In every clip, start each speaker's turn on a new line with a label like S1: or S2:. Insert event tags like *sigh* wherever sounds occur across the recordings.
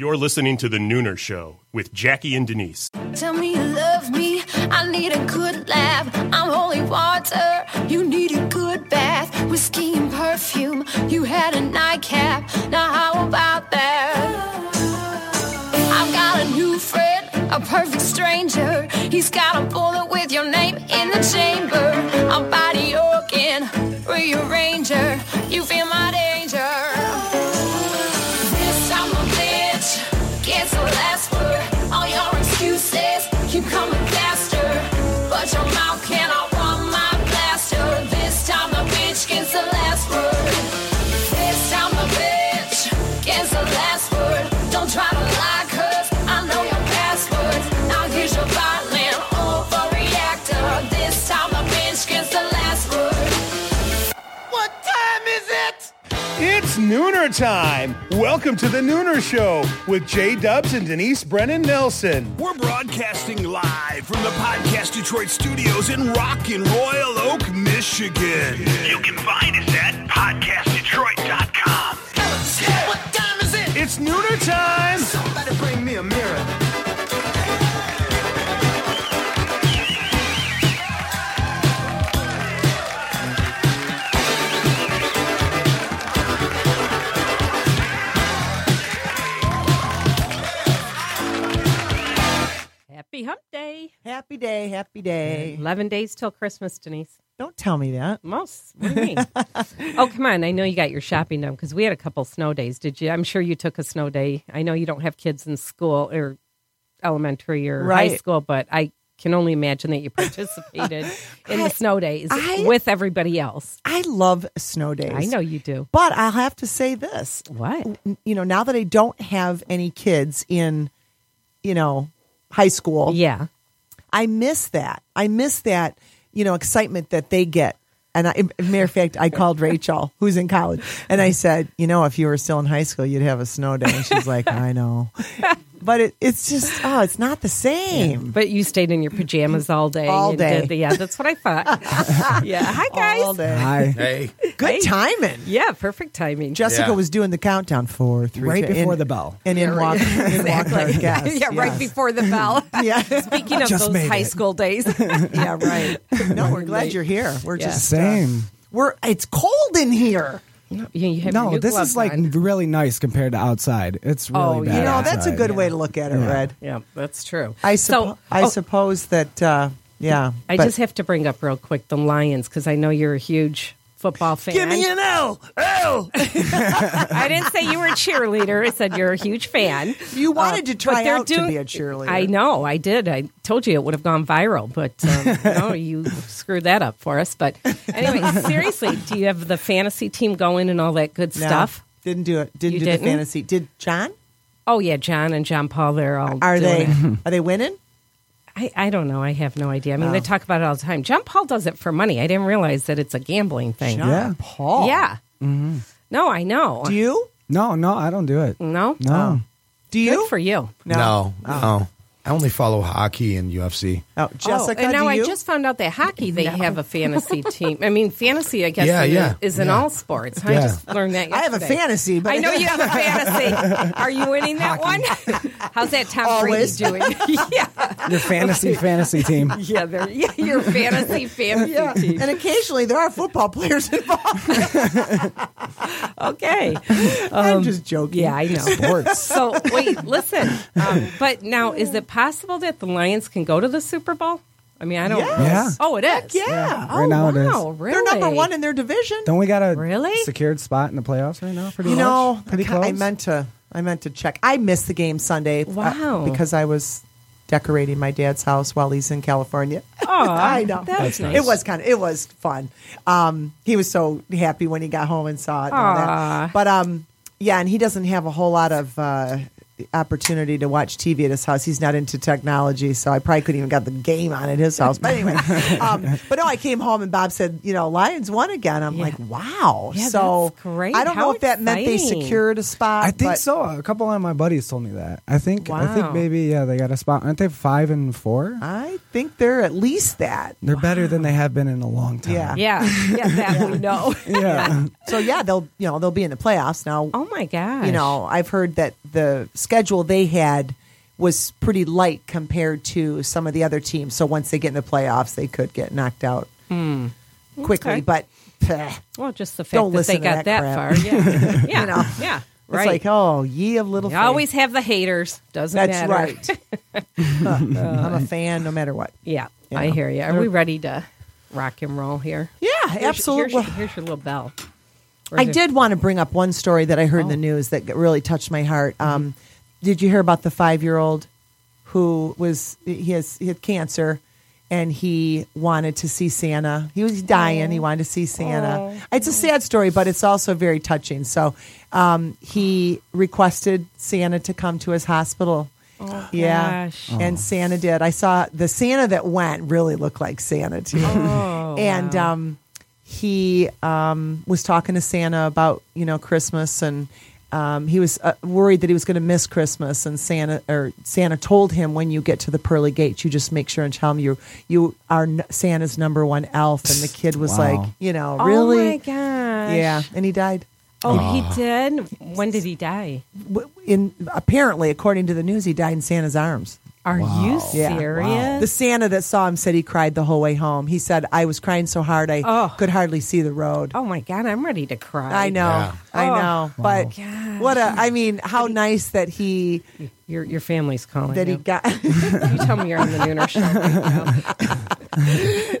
S1: You're listening to The Nooner Show with Jackie and Denise.
S2: Tell me you love me. I need a good laugh. I'm holy water. You need a good bath. Whiskey and perfume. You had a nightcap. Now, how about that? I've got a new friend, a perfect stranger. He's got a bullet with your name in the chamber. I'm body organ, rearranger. You feel my danger. This I'm a bitch. Cancel last word. All your excuses keep coming faster. But your mouth cannot run my blaster. This time the bitch gets the last word. This time the bitch gets the last word. Don't try to lie, cause I know your passwords. Now here's your violent overreactor. This time the bitch gets the last word.
S3: What time is it? It's nooner time. Welcome to the Nooner Show with Jay Dubs and Denise Brennan Nelson.
S4: We're broadcasting live from the Podcast Detroit studios in rockin' Royal Oak, Michigan. You can find us at podcastdetroit.com.
S5: What time is it?
S3: It's nooner time.
S5: Somebody bring me a mirror.
S6: Happy hump day.
S7: Happy day, happy day.
S6: 11 days till Christmas, Denise.
S7: Don't tell me that.
S6: Most. What do you
S7: *laughs*
S6: mean? oh, come on. I know you got your shopping done because we had a couple snow days. Did you? I'm sure you took a snow day. I know you don't have kids in school or elementary or high
S7: Right.
S6: school, but I can only imagine that you
S7: *laughs*
S6: participated in
S7: I-
S6: the snow days
S7: I-
S6: with everybody else.
S7: I love snow days.
S6: I know you do.
S7: But I'll have to say this.
S6: What?
S7: You know, now that I don't have any kids in, you know, high school,
S6: Yeah.
S7: I miss that. I miss that, you know, excitement that they get. And I, as a matter of fact, I called Rachel, who's in college, and I said, you know, if you were still in high school, you'd have a snow day. And she's like, I know. But it, it's just, oh, it's not the same.
S6: But you stayed in your pajamas all day.
S7: All
S6: and
S7: day.
S6: Did the, yeah, that's what I
S7: *laughs*
S6: thought. yeah. Hi, guys.
S7: All day.
S6: *laughs*
S8: Hey,
S7: Good timing.
S6: Yeah, perfect timing.
S7: Jessica
S8: Yeah.
S7: was doing the countdown four, three,
S9: Right
S7: two,
S9: before
S7: and-
S9: the bell.
S7: and in walked, in walked
S6: *laughs*
S7: our
S6: yeah,
S7: guest.
S6: right
S7: yes.
S6: before the bell.
S7: *laughs* Yeah,
S6: *laughs*
S7: *laughs*
S6: Speaking of
S9: Just
S6: those
S9: made
S6: high
S9: it.
S6: school days.
S7: yeah, right. No, we're glad you're here. We're
S6: Yeah.
S7: just
S9: Same.
S7: We're it's cold in here.
S6: *laughs* You- you have your
S9: No,
S6: new
S9: this
S6: gloves
S9: is like
S6: on.
S9: really nice compared to outside. It's really
S6: Oh,
S9: bad.
S6: yeah.
S7: You know, that's a
S9: outside.
S7: good way to look at it, Red.
S6: yeah, that's true.
S7: I
S6: so
S7: suppo- I
S6: oh,
S7: suppose that uh, yeah.
S6: I
S7: but-
S6: just have to bring up real quick the Lions because I know you're a huge football fan.
S7: give me an
S6: *laughs*
S7: L. L.
S6: I didn't say you were a cheerleader. I said you're a huge fan. Uh,
S7: You wanted to try
S6: but they're
S7: out to
S6: doing-
S7: be a cheerleader.
S6: I know, I did. I told you it would have gone viral, but um,
S7: *laughs*
S6: no, you screwed that up for us. But anyway, seriously, do you have the fantasy team going and all that good
S7: No,
S6: stuff?
S7: Didn't do it. Didn't
S6: You
S7: do
S6: didn't?
S7: the fantasy. Did John?
S6: Oh yeah, John and John Paul, they're all
S7: Are
S6: doing
S7: they
S6: it.
S7: are they winning?
S6: I, I don't know. I have no idea. I mean,
S7: Oh.
S6: they talk about it all the time. John Paul does it for money. I didn't realize that it's a gambling thing.
S7: John
S9: Yeah.
S7: Paul. Mm-hmm.
S6: Yeah. No, I know.
S7: Do you?
S9: No, no, I don't
S7: *laughs*
S9: do it.
S6: no?
S9: No.
S7: Do you?
S6: Good for you.
S8: no, no. I only follow hockey and UFC.
S7: Oh, Jessica.
S6: oh, and now
S7: do
S6: I
S7: you?
S6: just found out that hockey, they have a
S7: *laughs*
S6: fantasy team. I mean, fantasy, I guess,
S8: Yeah,
S6: is,
S8: yeah,
S6: is in
S8: yeah.
S6: all sports. I
S8: Yeah.
S6: just learned that
S7: I have a
S6: yesterday.
S7: fantasy, but
S6: I
S7: *laughs*
S6: know you have a fantasy. Are you winning that one? *laughs* How's that Tom
S7: Always.
S6: Brady doing? *laughs* yeah.
S9: Your fantasy fantasy
S7: *laughs*
S9: team.
S6: Yeah, there. Yeah, *laughs* your fantasy fantasy team.
S7: and occasionally there are football *laughs* players involved.
S6: Okay.
S7: I'm just joking.
S6: Um, Yeah, I know. So wait, listen. Um, but now, is it possible that the Lions can go to the Super Bowl? I mean, I don't.
S7: Yes.
S9: Yeah.
S6: Oh, it is.
S7: Yeah.
S6: Oh,
S9: Right now it is.
S6: wow, really?
S7: They're
S6: *laughs*
S7: number one in their division.
S9: Don't we got a
S6: Really?
S9: secured spot in the playoffs right now? Pretty
S7: you
S9: much?
S7: know,
S9: pretty
S7: I ca-
S9: close.
S7: I meant to. I meant to check. I missed the game Sunday. uh,
S6: Wow.
S7: because I was decorating my dad's house while he's in California.
S6: Oh,
S7: I know.
S6: that's nice.
S7: It was kind of. It was fun. Um, he was so happy when he got home and saw it. And all that. But um, yeah, and he doesn't have a whole lot of. Uh, opportunity to watch TV at his house. He's not into technology, so I probably couldn't even got the game on at his house.
S6: *laughs*
S7: But anyway, um, but no, I came home and Bob said, you know, Lions won again. I'm like, wow.
S6: Yeah,
S7: so
S6: that's great.
S7: I don't
S6: How
S7: know if that meant they
S6: exciting.
S7: secured a spot.
S9: I think
S7: but-
S9: so. A couple of my buddies told me that. I think I
S6: Wow.
S9: think maybe yeah, they got a spot. Aren't they five and four?
S7: I think they're at least that.
S9: They're better than they have been in a long time.
S7: Yeah.
S6: Yeah. Yeah,
S7: *laughs*
S6: that we know.
S9: Yeah.
S7: So yeah, they'll you know they'll be in the playoffs now.
S6: Oh my gosh.
S7: You know, I've heard that the schedule they had was pretty light compared to some of the other teams. So once they get in the playoffs, they could get knocked out quickly.
S6: Hmm. Okay.
S7: But *sighs* pah,
S6: Well, just the fact
S7: Don't
S6: that
S7: listen
S6: they
S7: to
S6: got that,
S7: that crap.
S6: far. Yeah.
S7: *laughs*
S6: yeah.
S7: know.
S6: Yeah.
S7: it's
S6: Right.
S7: like, oh, ye of little
S6: you
S7: faith.
S6: always have the haters. Doesn't
S7: That's
S6: matter.
S7: right.
S6: *laughs*
S7: *laughs* I'm a fan no matter what.
S6: Yeah,
S7: You
S6: I
S7: know?
S6: hear you. Are we ready to rock and roll here?
S7: Yeah,
S6: Here's-
S7: absolutely.
S6: Here's, your- here's your little bell. Or Oh.
S7: I
S6: is it-
S7: did want to bring up one story that I heard in the news that really touched my heart.
S6: Mm-hmm.
S7: Um, Did you hear about the five year old who was he has he had cancer and he wanted to see Santa. He was dying.
S6: Oh.
S7: He wanted to see Santa. It's a sad story, but it's also very touching. So um, he requested Santa to come to his hospital. yeah,
S6: Oh, gosh.
S7: and Santa did. I saw the Santa that went really looked like Santa too,
S6: Oh.
S7: and um, he um, was talking to Santa about you know Christmas, and um, he was uh, worried that he was going to miss Christmas. And Santa or Santa told him, when you get to the pearly gates, you just make sure and tell him you you are n- Santa's number one elf. And the kid was
S9: Wow.
S7: like, you know, really,
S6: Oh my gosh.
S7: yeah, and he died.
S6: Oh, he did. When did he die?
S7: W- In apparently, according to the news, he died in Santa's arms.
S6: Are you
S7: Yeah.
S6: serious?
S7: The Santa that saw him said he cried the whole way home. He said, "I was crying so hard I
S6: Oh.
S7: could hardly see the road."
S6: oh my God, I'm ready to cry.
S7: I know,
S8: Yeah.
S7: I
S6: Oh.
S7: know. But
S6: Gosh.
S7: what a, I mean, how nice that he
S6: Your your family's calling.
S7: that he *laughs*
S6: you.
S7: got,
S6: you tell me you're on the Nooner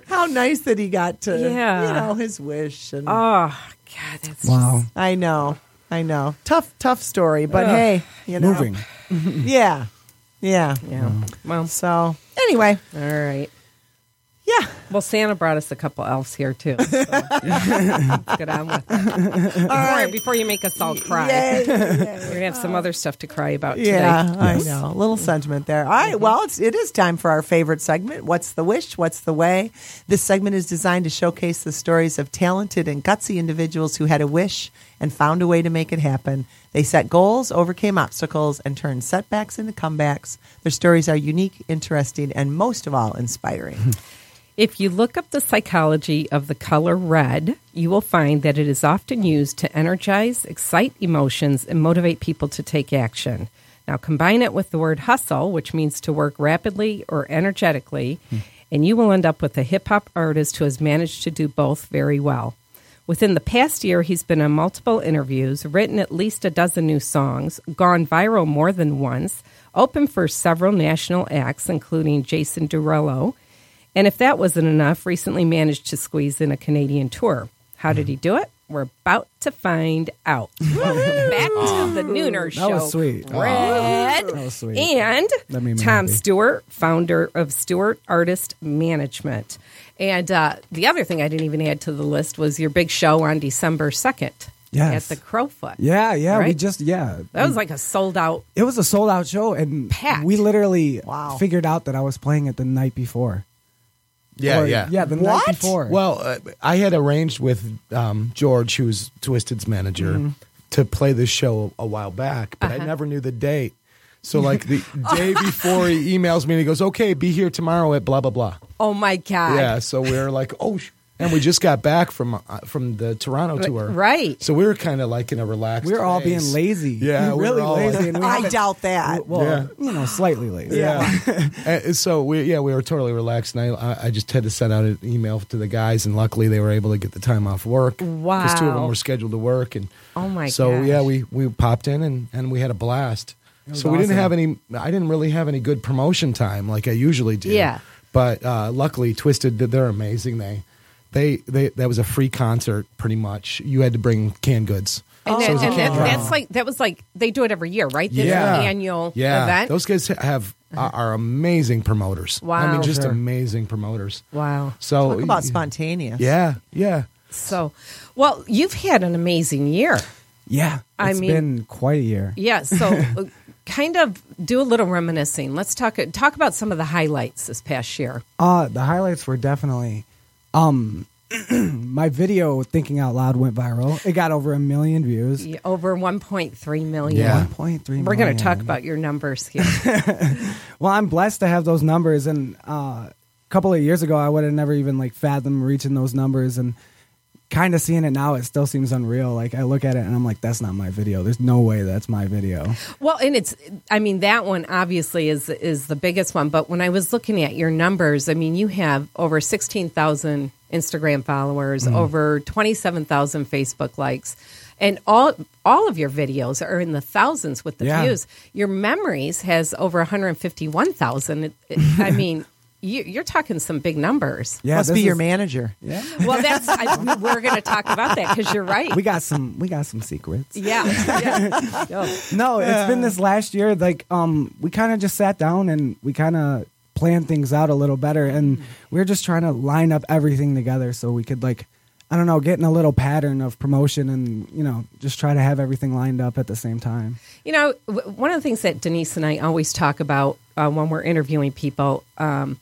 S7: *laughs*
S6: Show.
S7: how nice that he got to,
S6: Yeah.
S7: you know, his wish. And
S6: oh God, that's
S9: *laughs*
S7: *laughs*
S9: Wow.
S7: I know, I know, tough, tough story. But
S6: Ugh.
S7: hey, you know,
S9: Moving.
S7: yeah, yeah.
S6: yeah. Well,
S7: So anyway,
S6: all right.
S7: yeah,
S6: Well, Santa brought us a couple elves here too.
S7: *laughs*
S6: So. Let's get on with it.
S7: all
S6: Before,
S7: right,
S6: before you make us all cry,
S7: Yay.
S6: we're gonna have some other stuff to cry about
S7: Yeah,
S6: today.
S7: I know. A little sentiment there. All right, well, it's, it is time for our favorite segment What's the Wish? What's the Way? This segment is designed to showcase the stories of talented and gutsy individuals who had a wish and found a way to make it happen. They set goals, overcame obstacles, and turned setbacks into comebacks. Their stories are unique, interesting, and most of all, inspiring.
S6: If you look up the psychology of the color red, you will find that it is often used to energize, excite emotions, and motivate people to take action. Now, combine it with the word hustle, which means to work rapidly or energetically, and you will end up with a hip hop artist who has managed to do both very well. Within the past year, he's been on multiple interviews, written at least a dozen new songs, gone viral more than once, opened for several national acts, including Jason Derulo, and if that wasn't enough, recently managed to squeeze in a Canadian tour. How did he do it? We're about to find out. Back to the Nooner Show.
S9: That was sweet.
S6: Red.
S9: That was sweet.
S6: And
S9: That made me
S6: Tom
S9: happy.
S6: Stewart, founder of Stewart Artist Management. And uh, the other thing I didn't even add to the list was your big show on December 2nd
S9: Yes.
S6: at the Crowfoot.
S9: Yeah, yeah. We
S6: Right?
S9: just yeah.
S6: That was like a sold out.
S9: it was a sold out show and
S6: Packed.
S9: we literally
S7: Wow.
S9: figured out that I was playing it the night before.
S8: Yeah,
S9: Or-
S8: yeah,
S9: Yeah, the
S7: What?
S9: night before.
S8: Well, uh, I had arranged with um, George, who's Twisted's manager, to play this show a while back, but I never knew the date. So, like the day before, he emails me and he goes, "Okay, be here tomorrow at blah blah blah."
S6: Oh my God.
S8: Yeah, so we are like, "Oh," sh-. and we just got back from uh, from the Toronto tour,
S6: right.
S8: So we were kind of like in a relaxed.
S9: we were all
S8: phase.
S9: being lazy.
S8: Yeah, we were
S9: really
S8: all like-
S9: lazy. and we
S7: I
S9: haven't-
S7: doubt that.
S9: Well,
S8: Yeah.
S9: you know, slightly lazy.
S8: Yeah. *laughs* And so we yeah we were totally relaxed, and I- I I just had to send out an email to the guys, and luckily they were able to get the time off work. because two of them
S6: Wow.
S8: were scheduled to work, and
S6: Oh my
S8: So
S6: gosh.
S8: yeah, we we popped in and and we had a blast. So
S9: was
S8: we didn't
S9: awesome.
S8: have any. I didn't really have any good promotion time like I usually do.
S6: Yeah.
S8: But uh, luckily, Twisted did- they're amazing. They. They, they that was a free concert pretty much. You had to bring canned goods.
S6: And,
S8: So
S6: that-
S8: it was a
S6: and that-
S8: canned drop.
S6: that's like that was like they do it every year, right? This is an annual
S8: yeah.
S6: event.
S8: Those
S6: *laughs*
S8: guys have are, are amazing promoters. I
S6: Wow.
S8: mean, just
S9: Sure.
S8: amazing promoters.
S6: wow.
S8: So
S7: Talk about spontaneous.
S8: Oh, Yeah, yeah.
S6: So, well, you've had an amazing year.
S9: Yeah.
S6: I
S9: it's
S6: mean-
S9: been quite a year.
S6: Yeah. So, uh, kind of do a little reminiscing. Let's talk talk about some of the highlights this past year.
S9: Uh, the highlights were definitely um *clears throat* my video thinking out loud went viral. It got over a million views.
S6: Yeah, Over 1.3 million.
S8: Yeah.
S9: 1.3
S6: We're going
S9: million.
S6: to talk about your numbers here.
S9: Well, I'm blessed to have those numbers, and uh, a couple of years ago, I would have never even like fathomed reaching those numbers, and kind of seeing it now, it still seems unreal. Like I look at it and I'm like, that's not my video. There's no way that's my video.
S6: Well, and it's I mean that one obviously is is the biggest one, but when I was looking at your numbers, I mean you have over 16,000 Instagram followers,
S9: Mm-hmm.
S6: over 27,000 Facebook likes, and all all of your videos are in the thousands with the
S9: Yeah.
S6: views. Your memories has over 151,000. It- it-
S9: *laughs*
S6: I mean, you, you're talking some big numbers.
S9: Yeah,
S7: Must
S9: this
S7: be your
S9: is-
S7: manager.
S9: Yeah,
S6: Well, that's I, we- we're going to talk about that because you're right.
S9: we got some. We got some secrets.
S6: yeah,
S9: *laughs*
S6: yeah.
S9: No, it's been this last year. Like, um, we kind of just sat down and we kind of planned things out a little better, and we were just trying to line up everything together so we could like, I don't know, get in a little pattern of promotion, and you know, just try to have everything lined up at the same time.
S6: You know, w- one of the things that Denise and I always talk about uh, when we're interviewing people um,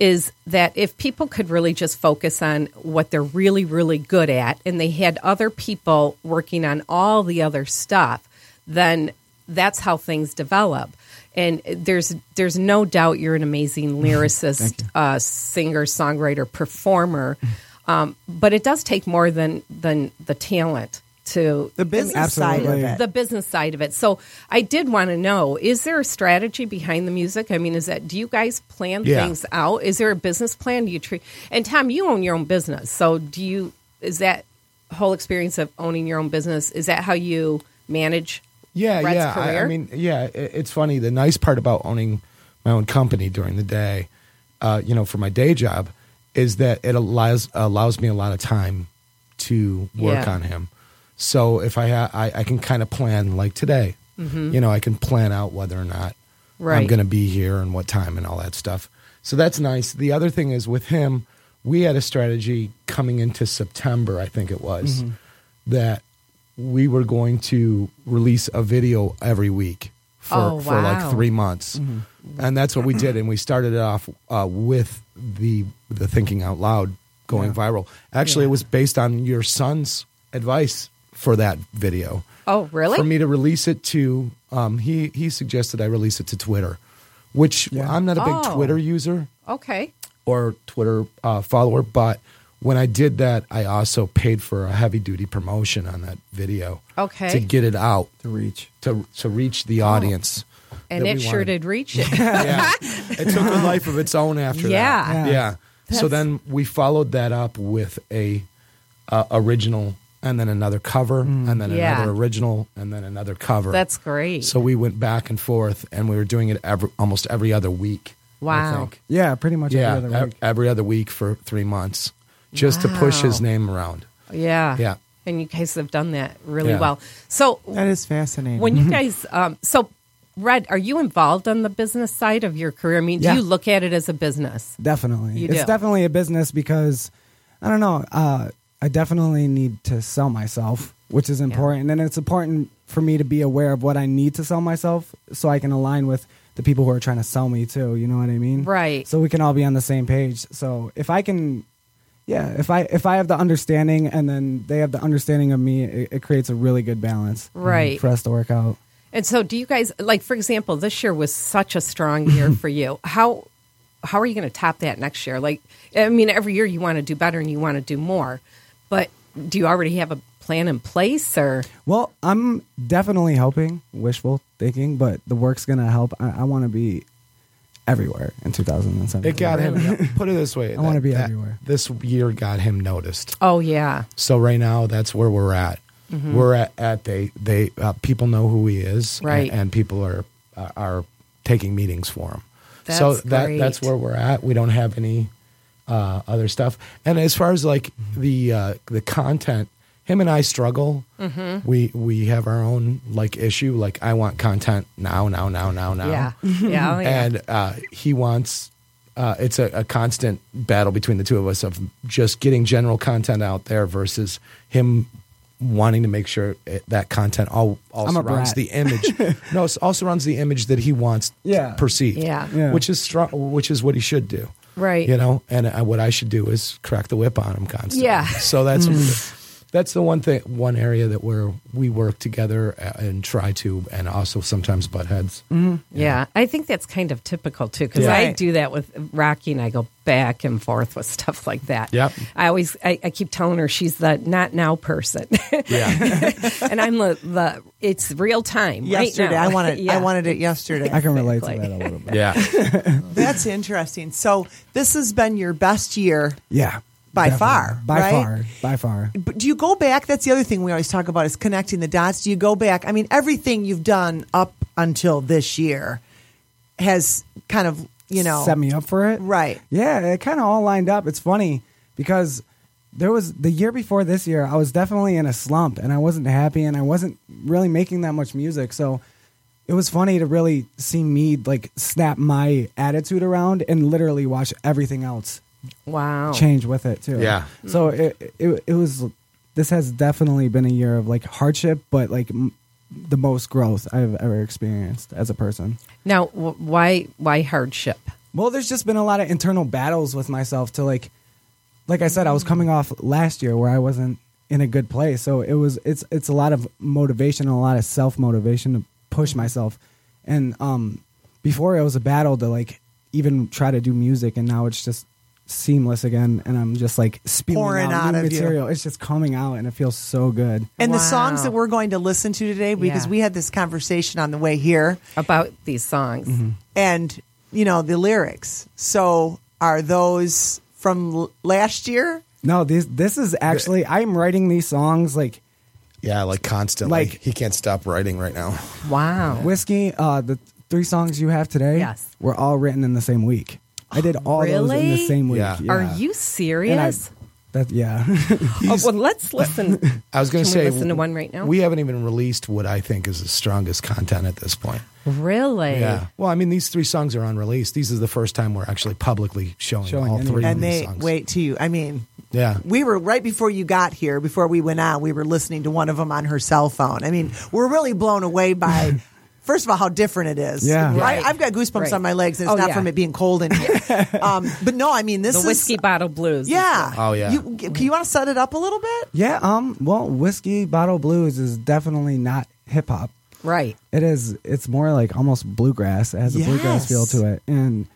S6: is that if people could really just focus on what they're really, really good at and they had other people working on all the other stuff, then that's how things develop. And there's there's no doubt you're an amazing lyricist, uh, singer, songwriter, performer, um, but it does take more than than the talent to
S7: The business side of
S9: Absolutely.
S7: it.
S6: the business side of it. So I did want to know: is there a strategy behind the music? I mean, is that do you guys plan
S8: Yeah.
S6: things out? Is there a business plan? Do you treat? And Tom, you own your own business, so do you? Is that whole experience of owning your own business? Is that how you manage?
S8: yeah,
S6: Brett's
S8: yeah. I, I
S6: career?
S8: mean, yeah. i- it's funny. The nice part about owning my own company during the day, uh, you know, for my day job, is that it allows allows me a lot of time to work
S6: Yeah.
S8: on him. So if I, ha- I I can kind of plan like today,
S6: Mm-hmm.
S8: you know, I can plan out whether or not I'm
S6: Right.
S8: going to be here and what time and all that stuff. So that's nice. The other thing is with him, we had a strategy coming into September, I think it was,
S6: Mm-hmm.
S8: that we were going to release a video every week for,
S6: Oh,
S8: for
S6: wow. Mm-hmm.
S8: like three months. And that's what we did. And we started it off uh, with the, the thinking out loud going viral. Actually, it was based on your son's advice for that video
S6: Oh, really?
S8: for me to release it to um, he he suggested I release it to Twitter, which I'm not a big
S6: Oh.
S8: Twitter user
S6: okay.
S8: or Twitter uh, follower, but when I did that, I also paid for a heavy duty promotion on that video.
S6: Okay. Oh.
S8: to get it out
S9: To reach,
S8: to to reach the audience.
S6: And
S8: that
S6: it
S8: we
S6: sure
S8: wanted.
S6: did
S8: *laughs*
S6: reach it.
S8: Yeah, it took a life of its own after
S6: Yeah.
S8: that.
S9: Yeah.
S8: Yeah, So then we followed that up with a uh, original, and then another cover, and then
S6: Mm. Yeah.
S8: another original, and then another cover.
S6: That's great.
S8: So we went back and forth, and we were doing it every, almost every other week. I
S6: Wow.
S8: think.
S9: yeah, pretty much
S8: Yeah,
S9: every
S8: every
S9: other
S8: other,
S9: week.
S8: every other week for three months, just to push his name around.
S6: yeah.
S8: Yeah.
S6: And you guys have done that really
S8: Yeah.
S6: well. So
S7: That is fascinating.
S6: when you guys um, so red are you involved on the business side of your career i mean do
S9: Yeah.
S6: you look at it as a business
S9: Definitely.
S6: You
S9: it's
S6: do.
S9: definitely a business because I don't know, uh, I definitely need to sell myself, which is important. And it's important for me to be aware of what I need to sell myself so I can align with the people who are trying to sell me too, you know what I mean?
S6: Right.
S9: So we can all be on the same page. So if I can yeah, if I if I have the understanding and then they have the understanding of me, it, it creates a really good balance um,
S6: Right.
S9: for us to work out.
S6: and so do you guys like for example this year was such a strong year for you how how are you going to top that next year like i mean every year you want to do better and you want to do more but do you already have a plan in place or
S9: Well, I'm definitely hoping, wishful thinking, but the work's gonna help. I, I want to be everywhere in 2017.
S8: It got him. Put it this way:
S9: I wanna
S8: that-
S9: be
S8: that-
S9: everywhere.
S8: This year got him noticed.
S6: oh yeah
S8: So right now, that's where we're at.
S6: Mm-hmm.
S8: We're at, at they they uh, people know who he is,
S6: Right.
S8: And, and people are uh, are taking meetings for him. so
S6: That's
S8: that that's
S6: great.
S8: where we're at. We don't have any uh, other stuff. And as far as like
S6: Mm-hmm.
S8: the uh, the content, him and I struggle.
S6: Mm-hmm.
S8: We we have our own like issue. Like I want content now, now, now, now, now
S6: yeah yeah, oh, yeah.
S8: and uh, he wants uh, it's a, a constant battle between the two of us of just getting general content out there versus him wanting to make sure it, that content all, all
S9: I'm a
S8: surrounds
S9: brat.
S8: the image no it also surrounds the image that he wants
S9: Yeah.
S8: perceived
S6: Yeah.
S9: Yeah.
S8: which is strong which is what he should do
S6: Right.
S8: you know and uh, what i should do is crack the whip on him constantly
S6: Yeah.
S8: so that's that's the one thing, one area that where we work together a- and try to, and also sometimes butt heads.
S6: Yeah, I think that's kind of typical too because
S8: Yeah.
S6: I
S7: Right.
S6: do that with Rocky and I go back and forth with stuff like that.
S8: Yep.
S6: I always I, I keep telling her she's the not now person,
S8: Yeah,
S6: *laughs* and I'm the, the it's real time right
S7: yesterday.
S6: now.
S7: I wanted
S6: *laughs* Yeah.
S7: I wanted it yesterday.
S9: I can relate to
S6: Exactly.
S9: that a little bit.
S8: yeah.
S7: That's interesting. So this has been your best year.
S9: Yeah.
S7: *laughs* By far,
S9: By
S7: right?
S9: far. By far.
S7: But do you go back? That's the other thing we always talk about is connecting the dots. Do you go back? I mean, everything you've done up until this year has kind of you know
S9: set me up for it.
S7: Right.
S9: Yeah, it kind of all lined up. It's funny because there was the year before this year, I was definitely in a slump and I wasn't happy and I wasn't really making that much music. So it was funny to really see me like snap my attitude around and literally watch everything else
S6: wow.
S9: change with it too.
S8: Yeah.
S9: So it, it it was this has definitely been a year of like hardship, but like m- the most growth I've ever experienced as a person.
S6: Now, w- why why hardship?
S9: Well, there's just been a lot of internal battles with myself to like like I said, I was coming off last year where I wasn't in a good place. So it was it's it's a lot of motivation, a lot of self motivation to push myself. And um before it was a battle to like even try to do music and now it's just seamless again and I'm just like spewing
S7: Pouring
S9: out, new
S7: out of you.
S9: material. It's just coming out and it feels so good.
S7: And the
S6: Wow.
S7: songs that we're going to listen to today, because
S6: Yeah.
S7: we had this conversation on the way here,
S6: about these songs.
S8: Mm-hmm.
S7: and you know the lyrics. So are those from l- last year?
S9: No, this this is actually I'm writing these songs like
S8: Yeah, like constantly.
S9: Like-
S8: he can't stop writing right now.
S6: Wow.
S9: Whiskey, uh, the three songs you have today
S6: Yes.
S9: were all written in the same week. I did all those in
S6: Really?
S9: the same week.
S8: Yeah.
S9: yeah.
S6: Are you
S9: And I-
S7: *laughs*
S6: serious?
S9: that, yeah. *laughs*
S6: oh, well, let's listen.
S8: *laughs* I was going to
S6: Can we
S8: say,
S6: listen to one right now?
S8: We haven't even released what I think is the strongest content at this point.
S6: really?
S8: Yeah. Well, I mean, these three songs are unreleased. These is the first time we're actually publicly showing,
S9: Showing
S8: all
S9: any-
S8: three of
S7: And
S8: these
S7: they
S8: songs.
S7: wait to you. I mean,
S8: Yeah.
S7: we were right before you got here. Before we went out, we were listening to one of them on her cell phone. I mean, we're really blown away by. First of all, how different it is.
S9: Yeah.
S6: Right.
S7: I, have got goosebumps
S6: Right.
S7: on my legs, and it's
S6: Oh,
S7: not
S6: yeah.
S7: from it being cold in here. um, but no, I mean, this
S6: The
S7: is
S6: whiskey bottle blues. is
S7: Yeah.
S8: Oh, yeah.
S7: You, can you want to set it up a little bit?
S9: yeah, um, well, Whiskey Bottle Blues is definitely not hip hop.
S6: Right.
S9: It is, it's more like almost bluegrass. It has a bluegrass feel
S7: Yes.
S9: to it. And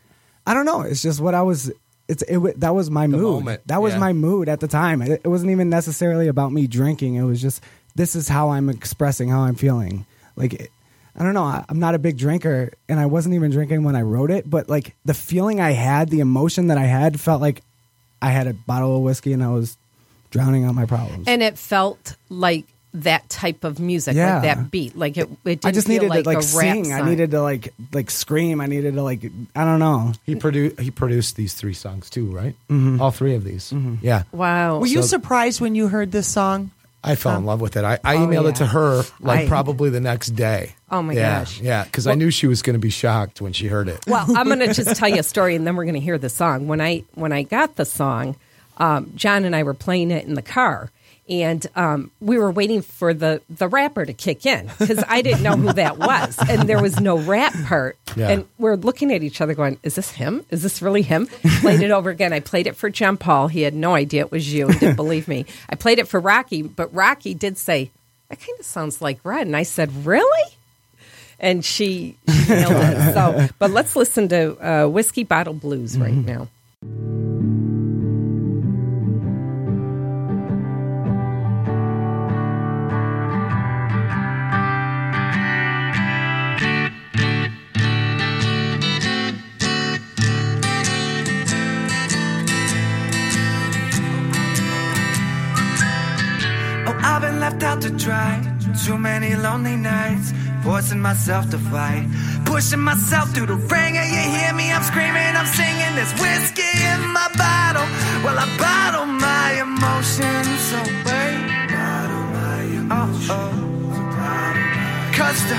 S9: I don't know. It's just what I was, it's, it, wa- that was my mood.
S8: moment,
S9: That was
S8: yeah.
S9: my mood at the time. It, it wasn't even necessarily about me drinking. It was just, this is how I'm expressing how I'm feeling. Like, it, I don't know. I, I'm not a big drinker and I wasn't even drinking when I wrote it, but like the feeling I had, the emotion that I had felt like I had a bottle of whiskey and I was drowning out my problems.
S6: And it felt like that type of music,
S9: Yeah.
S6: like that beat. Like it, it didn't
S9: I just
S6: feel
S9: needed
S6: like
S9: to like
S6: a rap
S9: sing. I
S6: song.
S9: needed to like like scream. I needed to like I don't know.
S8: He produced he produced these three songs too, right? All three of these. Yeah.
S6: Wow.
S7: Were you surprised when you heard this song?
S8: I fell in love with it. I, I emailed
S6: Um, oh, yeah.
S8: it to her like
S6: I-
S8: probably the next day.
S6: Oh, my
S8: Yeah,
S6: gosh.
S8: Yeah, because I knew she was going to be shocked when she heard it.
S6: Well, I'm going to just tell you a story, and then we're going to hear the song. When I when I got the song, um, John and I were playing it in the car, and um, we were waiting for the the rapper to kick in because I didn't know who that was, and there was no rap part.
S8: Yeah.
S6: And we're looking at each other, going, "Is this him? Is this really him?" Played it over again. I played it for John Paul. He had no idea it was you and didn't believe me. I played it for Rocky, but Rocky did say, "That kind of sounds like Red," and I said, "Really?" and she she nailed it. So, but let's listen to uh, "Whiskey Bottle Blues" right now.
S5: Oh, I've been left out to dry. Too many lonely nights, forcing myself to fight, pushing myself through the ringer. You hear me? I'm screaming, I'm singing. There's whiskey in my bottle. Well, I bottle my emotions away. Bottle my emotions. Oh, Cause the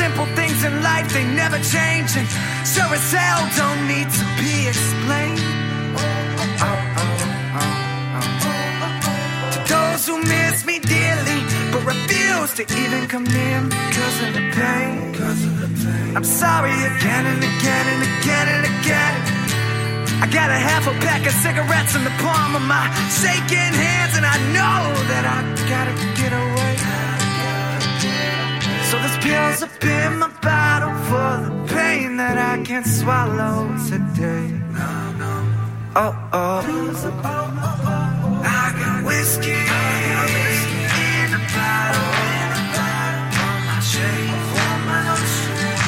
S5: simple things in life, they never change. And sure as hell don't need to be explained. Oh, oh, oh, oh, oh. To those who miss me dearly, but refuse to even come near me because of the pain. I'm sorry again and again and again and again. I got a half a pack of cigarettes in the palm of my shaking hands, and I know that I gotta get away. So this pill's up in my bottle for the pain that I can't swallow today. Oh oh. I got whiskey in a bottle. On my shade, on my lotion.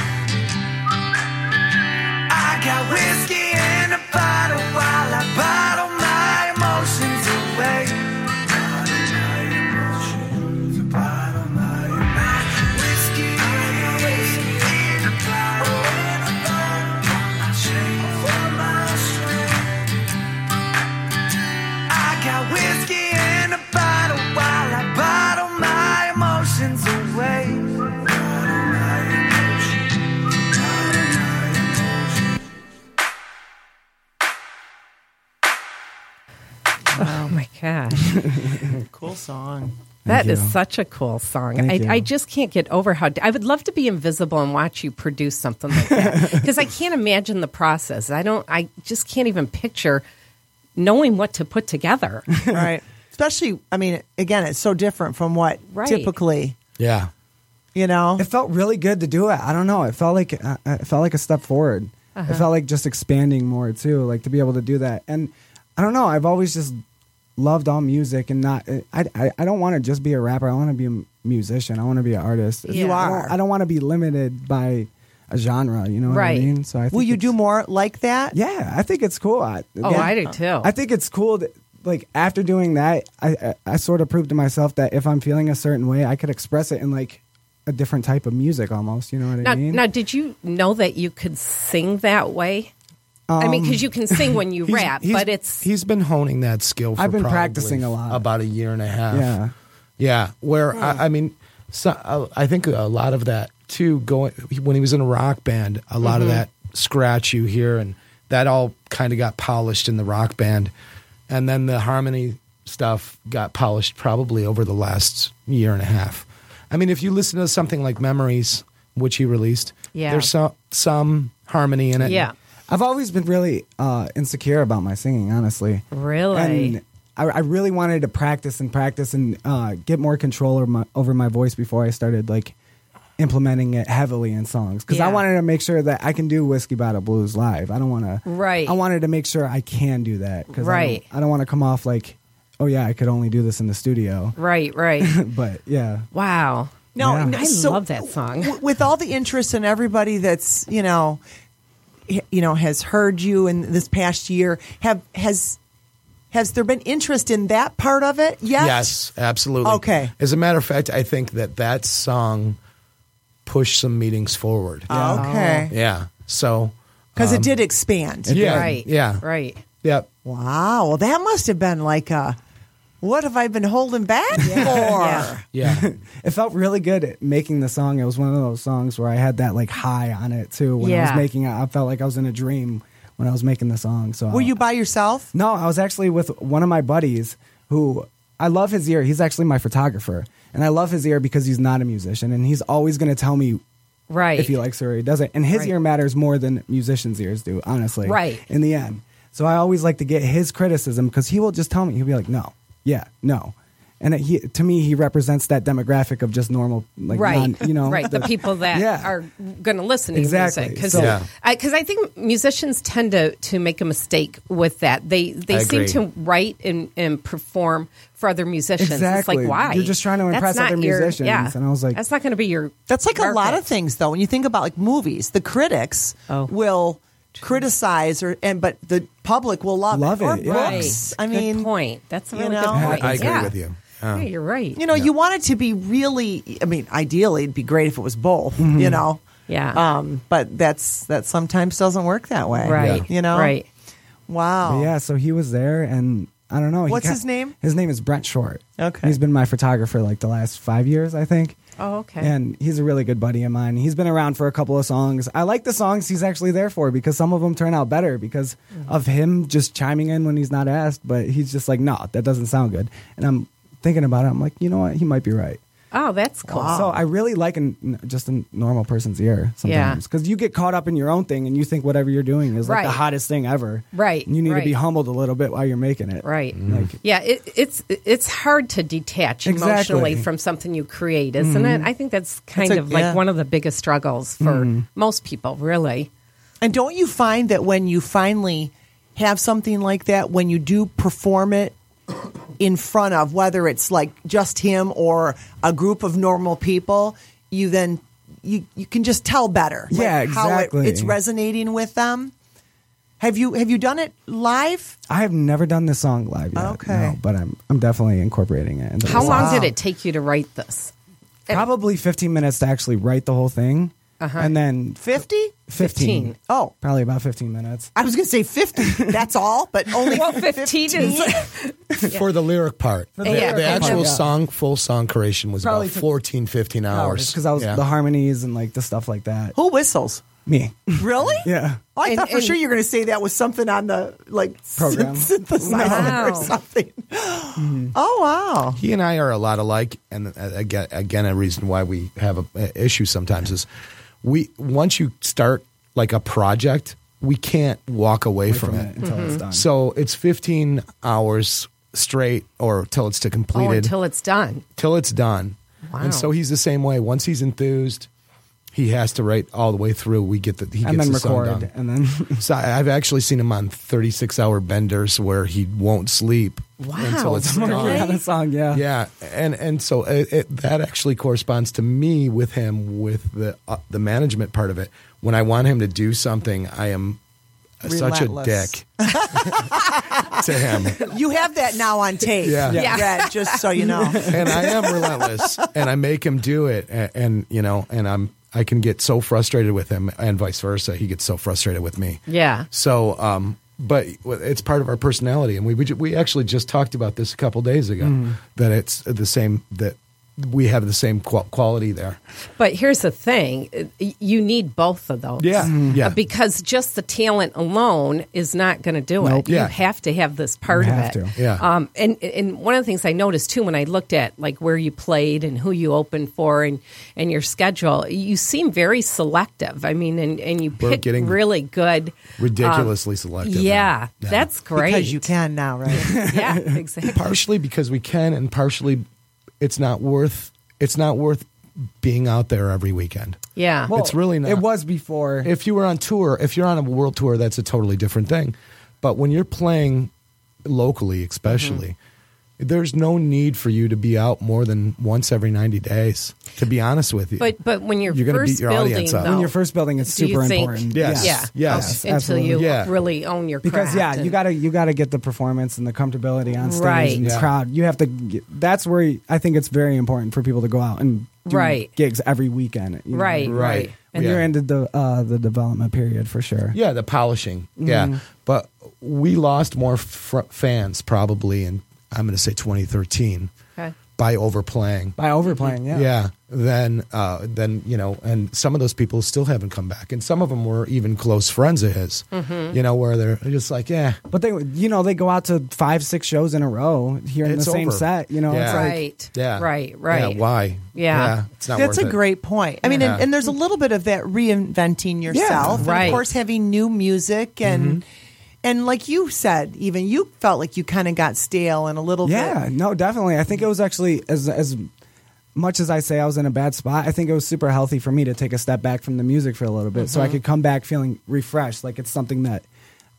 S5: I got whiskey in a bottle while I bottle my emotions away. Whiskey in a bottle on my shame, on my strength. I got whiskey in a bottle while I bottle my emotions away.
S6: Oh my gosh.
S7: *laughs* Cool song.
S6: That is such a cool song. I,
S9: you.
S6: I just can't get over how I would love to be invisible and watch you produce something like that because I can't imagine the process. I don't, I just can't even picture knowing what to put together.
S7: *laughs* right. Especially, I mean, again, it's so different from what
S6: Right.
S7: typically,
S8: Yeah.
S7: you know.
S9: It felt really good to do it. I don't know. It felt like uh, it felt like a step forward.
S6: Uh-huh.
S9: It felt like just expanding more too, like to be able to do that. And I don't know. I've always just loved all music and not. I I, I don't want to just be a rapper. I want to be a m- musician. I want to be an artist.
S6: You
S9: I
S7: are.
S9: don't, I don't want to be limited by a genre. You know what
S6: Right.
S9: I mean? So I think
S7: Will you
S9: it's-
S7: do more like that?
S9: Yeah, I think it's cool. I,
S6: Oh,
S9: yeah.
S6: I do too.
S9: I think it's cool. That, like after doing that, I, I I sort of proved to myself that if I'm feeling a certain way, I could express it in like a different type of music, almost. You know what
S6: Now,
S9: I mean?
S6: now, did you know that you could sing that way? I mean, because you can sing when you
S8: Um, He's-
S6: rap,
S8: he's-
S6: but it's
S8: he's been honing that skill. For
S9: I've been
S8: probably
S9: practicing a lot.
S8: about a year and a half.
S9: Yeah.
S8: yeah. Where I, I mean, so, uh, I think a lot of that too. Going when he was in a rock band, a lot
S9: Mm-hmm.
S8: of that scratch you hear, and that all kind of got polished in the rock band, and then the harmony stuff got polished probably over the last year and a half. I mean, if you listen to something like Memories, which he released,
S6: Yeah.
S8: there's some some harmony in it.
S6: yeah,
S9: I've always been really uh, insecure about my singing, honestly.
S6: Really?
S9: And I, I really wanted to practice and practice and uh, get more control over my, over my voice before I started like implementing it heavily in songs because I
S6: Yeah.
S9: wanted to make sure that I can do whiskey bottle blues live. I don't want to.
S6: Right.
S9: I wanted to make sure I can do that because
S6: Right.
S9: I don't, want to come off like, oh yeah, I could only do this in the studio.
S6: right, right.
S9: But yeah, *laughs*
S6: Wow.
S7: No,
S9: Yeah.
S7: no,
S6: I
S7: so-
S6: love that song.
S7: w- with all the interest and everybody that's you know, h- you know has heard you in this past year. Have has has there been interest in that part of it? Yes.
S8: Yes, absolutely.
S7: Okay.
S8: As a matter of fact, I think that that song pushed some meetings forward.
S7: Ah, Oh, Okay.
S8: Yeah. Um, So,
S7: Because it did expand.
S8: yeah.
S6: Right.
S8: Yeah.
S6: Right.
S8: yeah.
S7: Wow. Well, that must have been like a. What have I been holding back for?
S9: *laughs*
S8: Yeah.
S9: it felt really good at making the song. It was one of those songs where I had that like high on it too. When I
S6: Yeah.
S9: was making it, I felt like I was in a dream when I was making the song. So
S7: Were you by yourself?
S9: No, I was actually with one of my buddies who I love his ear. He's actually my photographer, and I love his ear because he's not a musician, and he's always going to tell me
S6: Right.
S9: if he likes her or he doesn't. And his
S6: Right.
S9: ear matters more than musicians' ears do, honestly.
S6: Right.
S9: In the end. So I always like to get his criticism because he will just tell me, he'll be like, no, yeah, no. And it, he, to me, he represents that demographic of just normal, like,
S6: right.
S9: non- you know,
S6: *laughs* right. The
S9: like-
S6: people that
S9: Yeah.
S6: are going to listen to
S9: Exactly.
S6: music. Because
S9: So-
S8: Yeah.
S6: I, 'cause I think musicians tend to, to make a mistake with that. They they
S8: I
S6: seem
S8: agree.
S6: to write and, and perform for other musicians.
S9: Exactly.
S6: It's like, why?
S9: You're just trying to
S6: That's
S9: impress
S6: not
S9: other
S6: your-
S9: musicians.
S6: yeah.
S9: And I was like-
S6: that's not going to be your.
S7: That's like a lot
S6: market.
S7: of things, though. When you think about like movies, the critics
S6: Oh.
S7: will criticize, or and but the public will love,
S9: Love
S7: Or
S9: it, yeah.
S6: Right.
S7: books. I
S6: Good
S7: mean,
S6: point. That's a
S7: you
S6: really
S7: know?
S6: good point.
S8: I agree
S6: Yeah.
S8: with you.
S6: yeah, you're right.
S7: You know, you want it to be really. I mean, ideally, it'd be great if it was both.
S9: Mm-hmm.
S7: You know,
S6: Yeah.
S7: Um, but that's that sometimes doesn't work that way,
S6: right.
S7: You know,
S6: Right.
S7: Wow.
S9: But yeah, so he was there, and I don't know. he
S7: What's
S9: kin-
S7: his name?
S9: His name is Brent Short.
S7: Okay.
S9: he's been my photographer like the last five years, I think.
S6: Oh, okay.
S9: And he's a really good buddy of mine. He's been around for a couple of songs. I like the songs he's actually there for because some of them turn out better because
S7: Mm.
S9: of him just chiming in when he's not asked. But he's just like, no, that doesn't sound good. And I'm thinking about it. I'm like, you know what? He might be right.
S6: Oh, that's cool.
S9: So I really like an, n- just a normal person's ear sometimes
S6: Yeah.
S9: because you get caught up in your own thing and you think whatever you're doing is like the
S6: Right.
S9: hottest thing ever.
S6: Right,
S9: And you need to be
S6: right.
S9: humbled a little bit while you're making it.
S6: Right.
S9: Like,
S6: Yeah, it, it's it's hard to detach
S9: Exactly.
S6: emotionally from something you create, isn't it? I think that's kind
S7: It's a-
S6: of like
S7: yeah.
S6: one of the biggest struggles for most people, really.
S7: And don't you find that when you finally have something like that, when you do perform it in front of, whether it's like just him or a group of normal people, you then you you can just tell better. like,
S9: Yeah,
S7: How
S9: exactly.
S7: it, it's resonating with them. Have you have you done it live?
S9: I have never done this song live yet.
S7: Okay.
S9: no, but I'm I'm definitely incorporating it. Into
S6: How
S9: this
S6: long
S9: song.
S6: did it take you to write this?
S9: Probably 15 minutes to actually write the whole thing,
S6: Uh-huh.
S9: and then
S7: Fifty?
S9: 15.
S6: 15.
S7: Oh.
S9: Probably about 15 minutes.
S7: I was going to say 50. That's all, but only
S6: *laughs* Well, fifteen is
S8: for the lyric part.
S9: the
S8: the,
S6: lyric
S8: the
S6: part,
S8: actual
S9: yeah.
S8: song, full song creation was
S9: Probably
S8: about
S9: took-
S8: 14, 15 hours.
S9: because I was
S8: Yeah.
S9: the harmonies and like the stuff like that.
S7: who whistles?
S6: *laughs*
S9: Me.
S7: Really?
S9: Yeah.
S7: Oh, I
S6: And-
S7: thought for
S6: and-
S7: sure you were going to say that was something on the like *laughs*
S9: Program.
S7: synth- synthesizer
S6: No.
S7: or something. *gasps* Oh wow!
S8: he and I are a lot alike, and uh, again, again, a reason why we have a, a issue sometimes is we once you start like a project, we can't walk away, from,
S9: from
S8: it.
S9: it until
S6: Mm-hmm.
S9: it's done.
S8: So it's 15 hours straight, or till it's to
S6: oh,
S8: completed,
S6: until it's done.
S8: till it's done.
S6: Wow.
S8: And so he's the same way. Once he's enthused, he has to write all the way through. We get the he
S9: And
S8: gets
S9: then
S8: the song
S9: record.
S8: done.
S9: And then *laughs*
S8: So I- I've actually seen him on 36 hour benders where he won't sleep
S6: Wow.
S8: until
S9: *laughs*
S8: it's
S6: Really?
S8: done.
S9: working on a song. Yeah.
S8: Yeah, and and so it, it, that actually corresponds to me with him with the uh, the management part of it. When I want him to do something, I am uh, such a
S7: Relentless.
S8: dick *laughs* to him,
S7: You have that now on tape.
S8: Yeah.
S6: Yeah.
S7: Red, just so you know.
S8: and I am relentless, and I make him do it, and, and you know, and I'm I can get so frustrated with him, and vice versa, he gets so frustrated with me.
S6: Yeah.
S8: So, um, but it's part of our personality, and we we, ju- we actually just talked about this a couple days ago
S6: Mm.
S8: that it's the same that we have the same qual- quality there.
S6: But here's the thing: y- you need both of those.
S8: Yeah, Mhm. yeah.
S6: Uh, Because just the talent alone is not going to do it.
S8: Yeah.
S6: You have to have this part
S9: You
S6: of
S9: have
S6: it.
S9: to.
S8: Yeah.
S6: Um, and and one of the things I noticed too when I looked at like where you played and who you opened for and and your schedule, you seem very selective. I mean, and and you
S8: We're
S6: pick
S8: getting
S6: really good.
S8: ridiculously selective.
S6: Um, Yeah,
S8: now.
S6: that's great.
S7: Because you can now, right?
S6: yeah, exactly.
S8: partially because we can, and partially it's not worth it's not worth being out there every weekend.
S6: Yeah.
S8: It's really not.
S9: It was before.
S8: If you were on tour, if you're on a world tour, that's a totally different thing. But when you're playing locally, especially. There's no need for you to be out more than once every 90 days, to be honest with you.
S6: But but when you're,
S8: You're gonna
S6: first
S8: beat your
S6: building,
S8: audience up.
S6: though,
S8: When
S9: you're first building, it's
S6: do you
S9: super
S6: think-
S9: important.
S8: Yes.
S6: Yeah.
S8: Yes.
S6: Until you
S9: Absolutely.
S8: Yeah.
S6: really own your craft.
S9: because yeah, you
S6: and-
S9: gotta you gotta get the performance and the comfortability on stage
S6: Right.
S9: and the
S8: Yeah.
S9: crowd. You have to. Get, that's where I think it's very important for people to go out and do
S6: Right.
S9: gigs every weekend. you know?
S6: right,
S8: Right.
S6: right.
S9: And
S8: Yeah.
S9: you're into the uh, the development period for sure.
S8: Yeah, the polishing. Yeah, but we lost more fr- fans probably in I'm going to say 2013
S6: Okay.
S8: by overplaying.
S9: By overplaying, yeah.
S8: Yeah, then uh, then you know, and some of those people still haven't come back, and some of them were even close friends of his. You know, where they're just like, yeah,
S9: But they, you know, they go out to five, six shows in a row here in the
S8: It's
S9: same
S8: over.
S9: set. You know,
S8: Yeah.
S9: it's like,
S6: Right.
S8: yeah,
S6: Right, right.
S8: Yeah, why?
S6: Yeah.
S8: it's not.
S7: That's
S8: worth
S7: a
S8: it.
S7: great point. I mean,
S8: Yeah.
S7: and, and there's a little bit of that reinventing yourself, and
S6: Right.
S7: of course having new music and and like you said, even you felt like you kind of got stale and a little
S9: yeah,
S7: bit.
S9: no, definitely. I think it was actually as as much as I say I was in a bad spot. I think it was super healthy for me to take a step back from the music for a little bit, so
S6: Mm-hmm.
S9: I could come back feeling refreshed. Like it's something that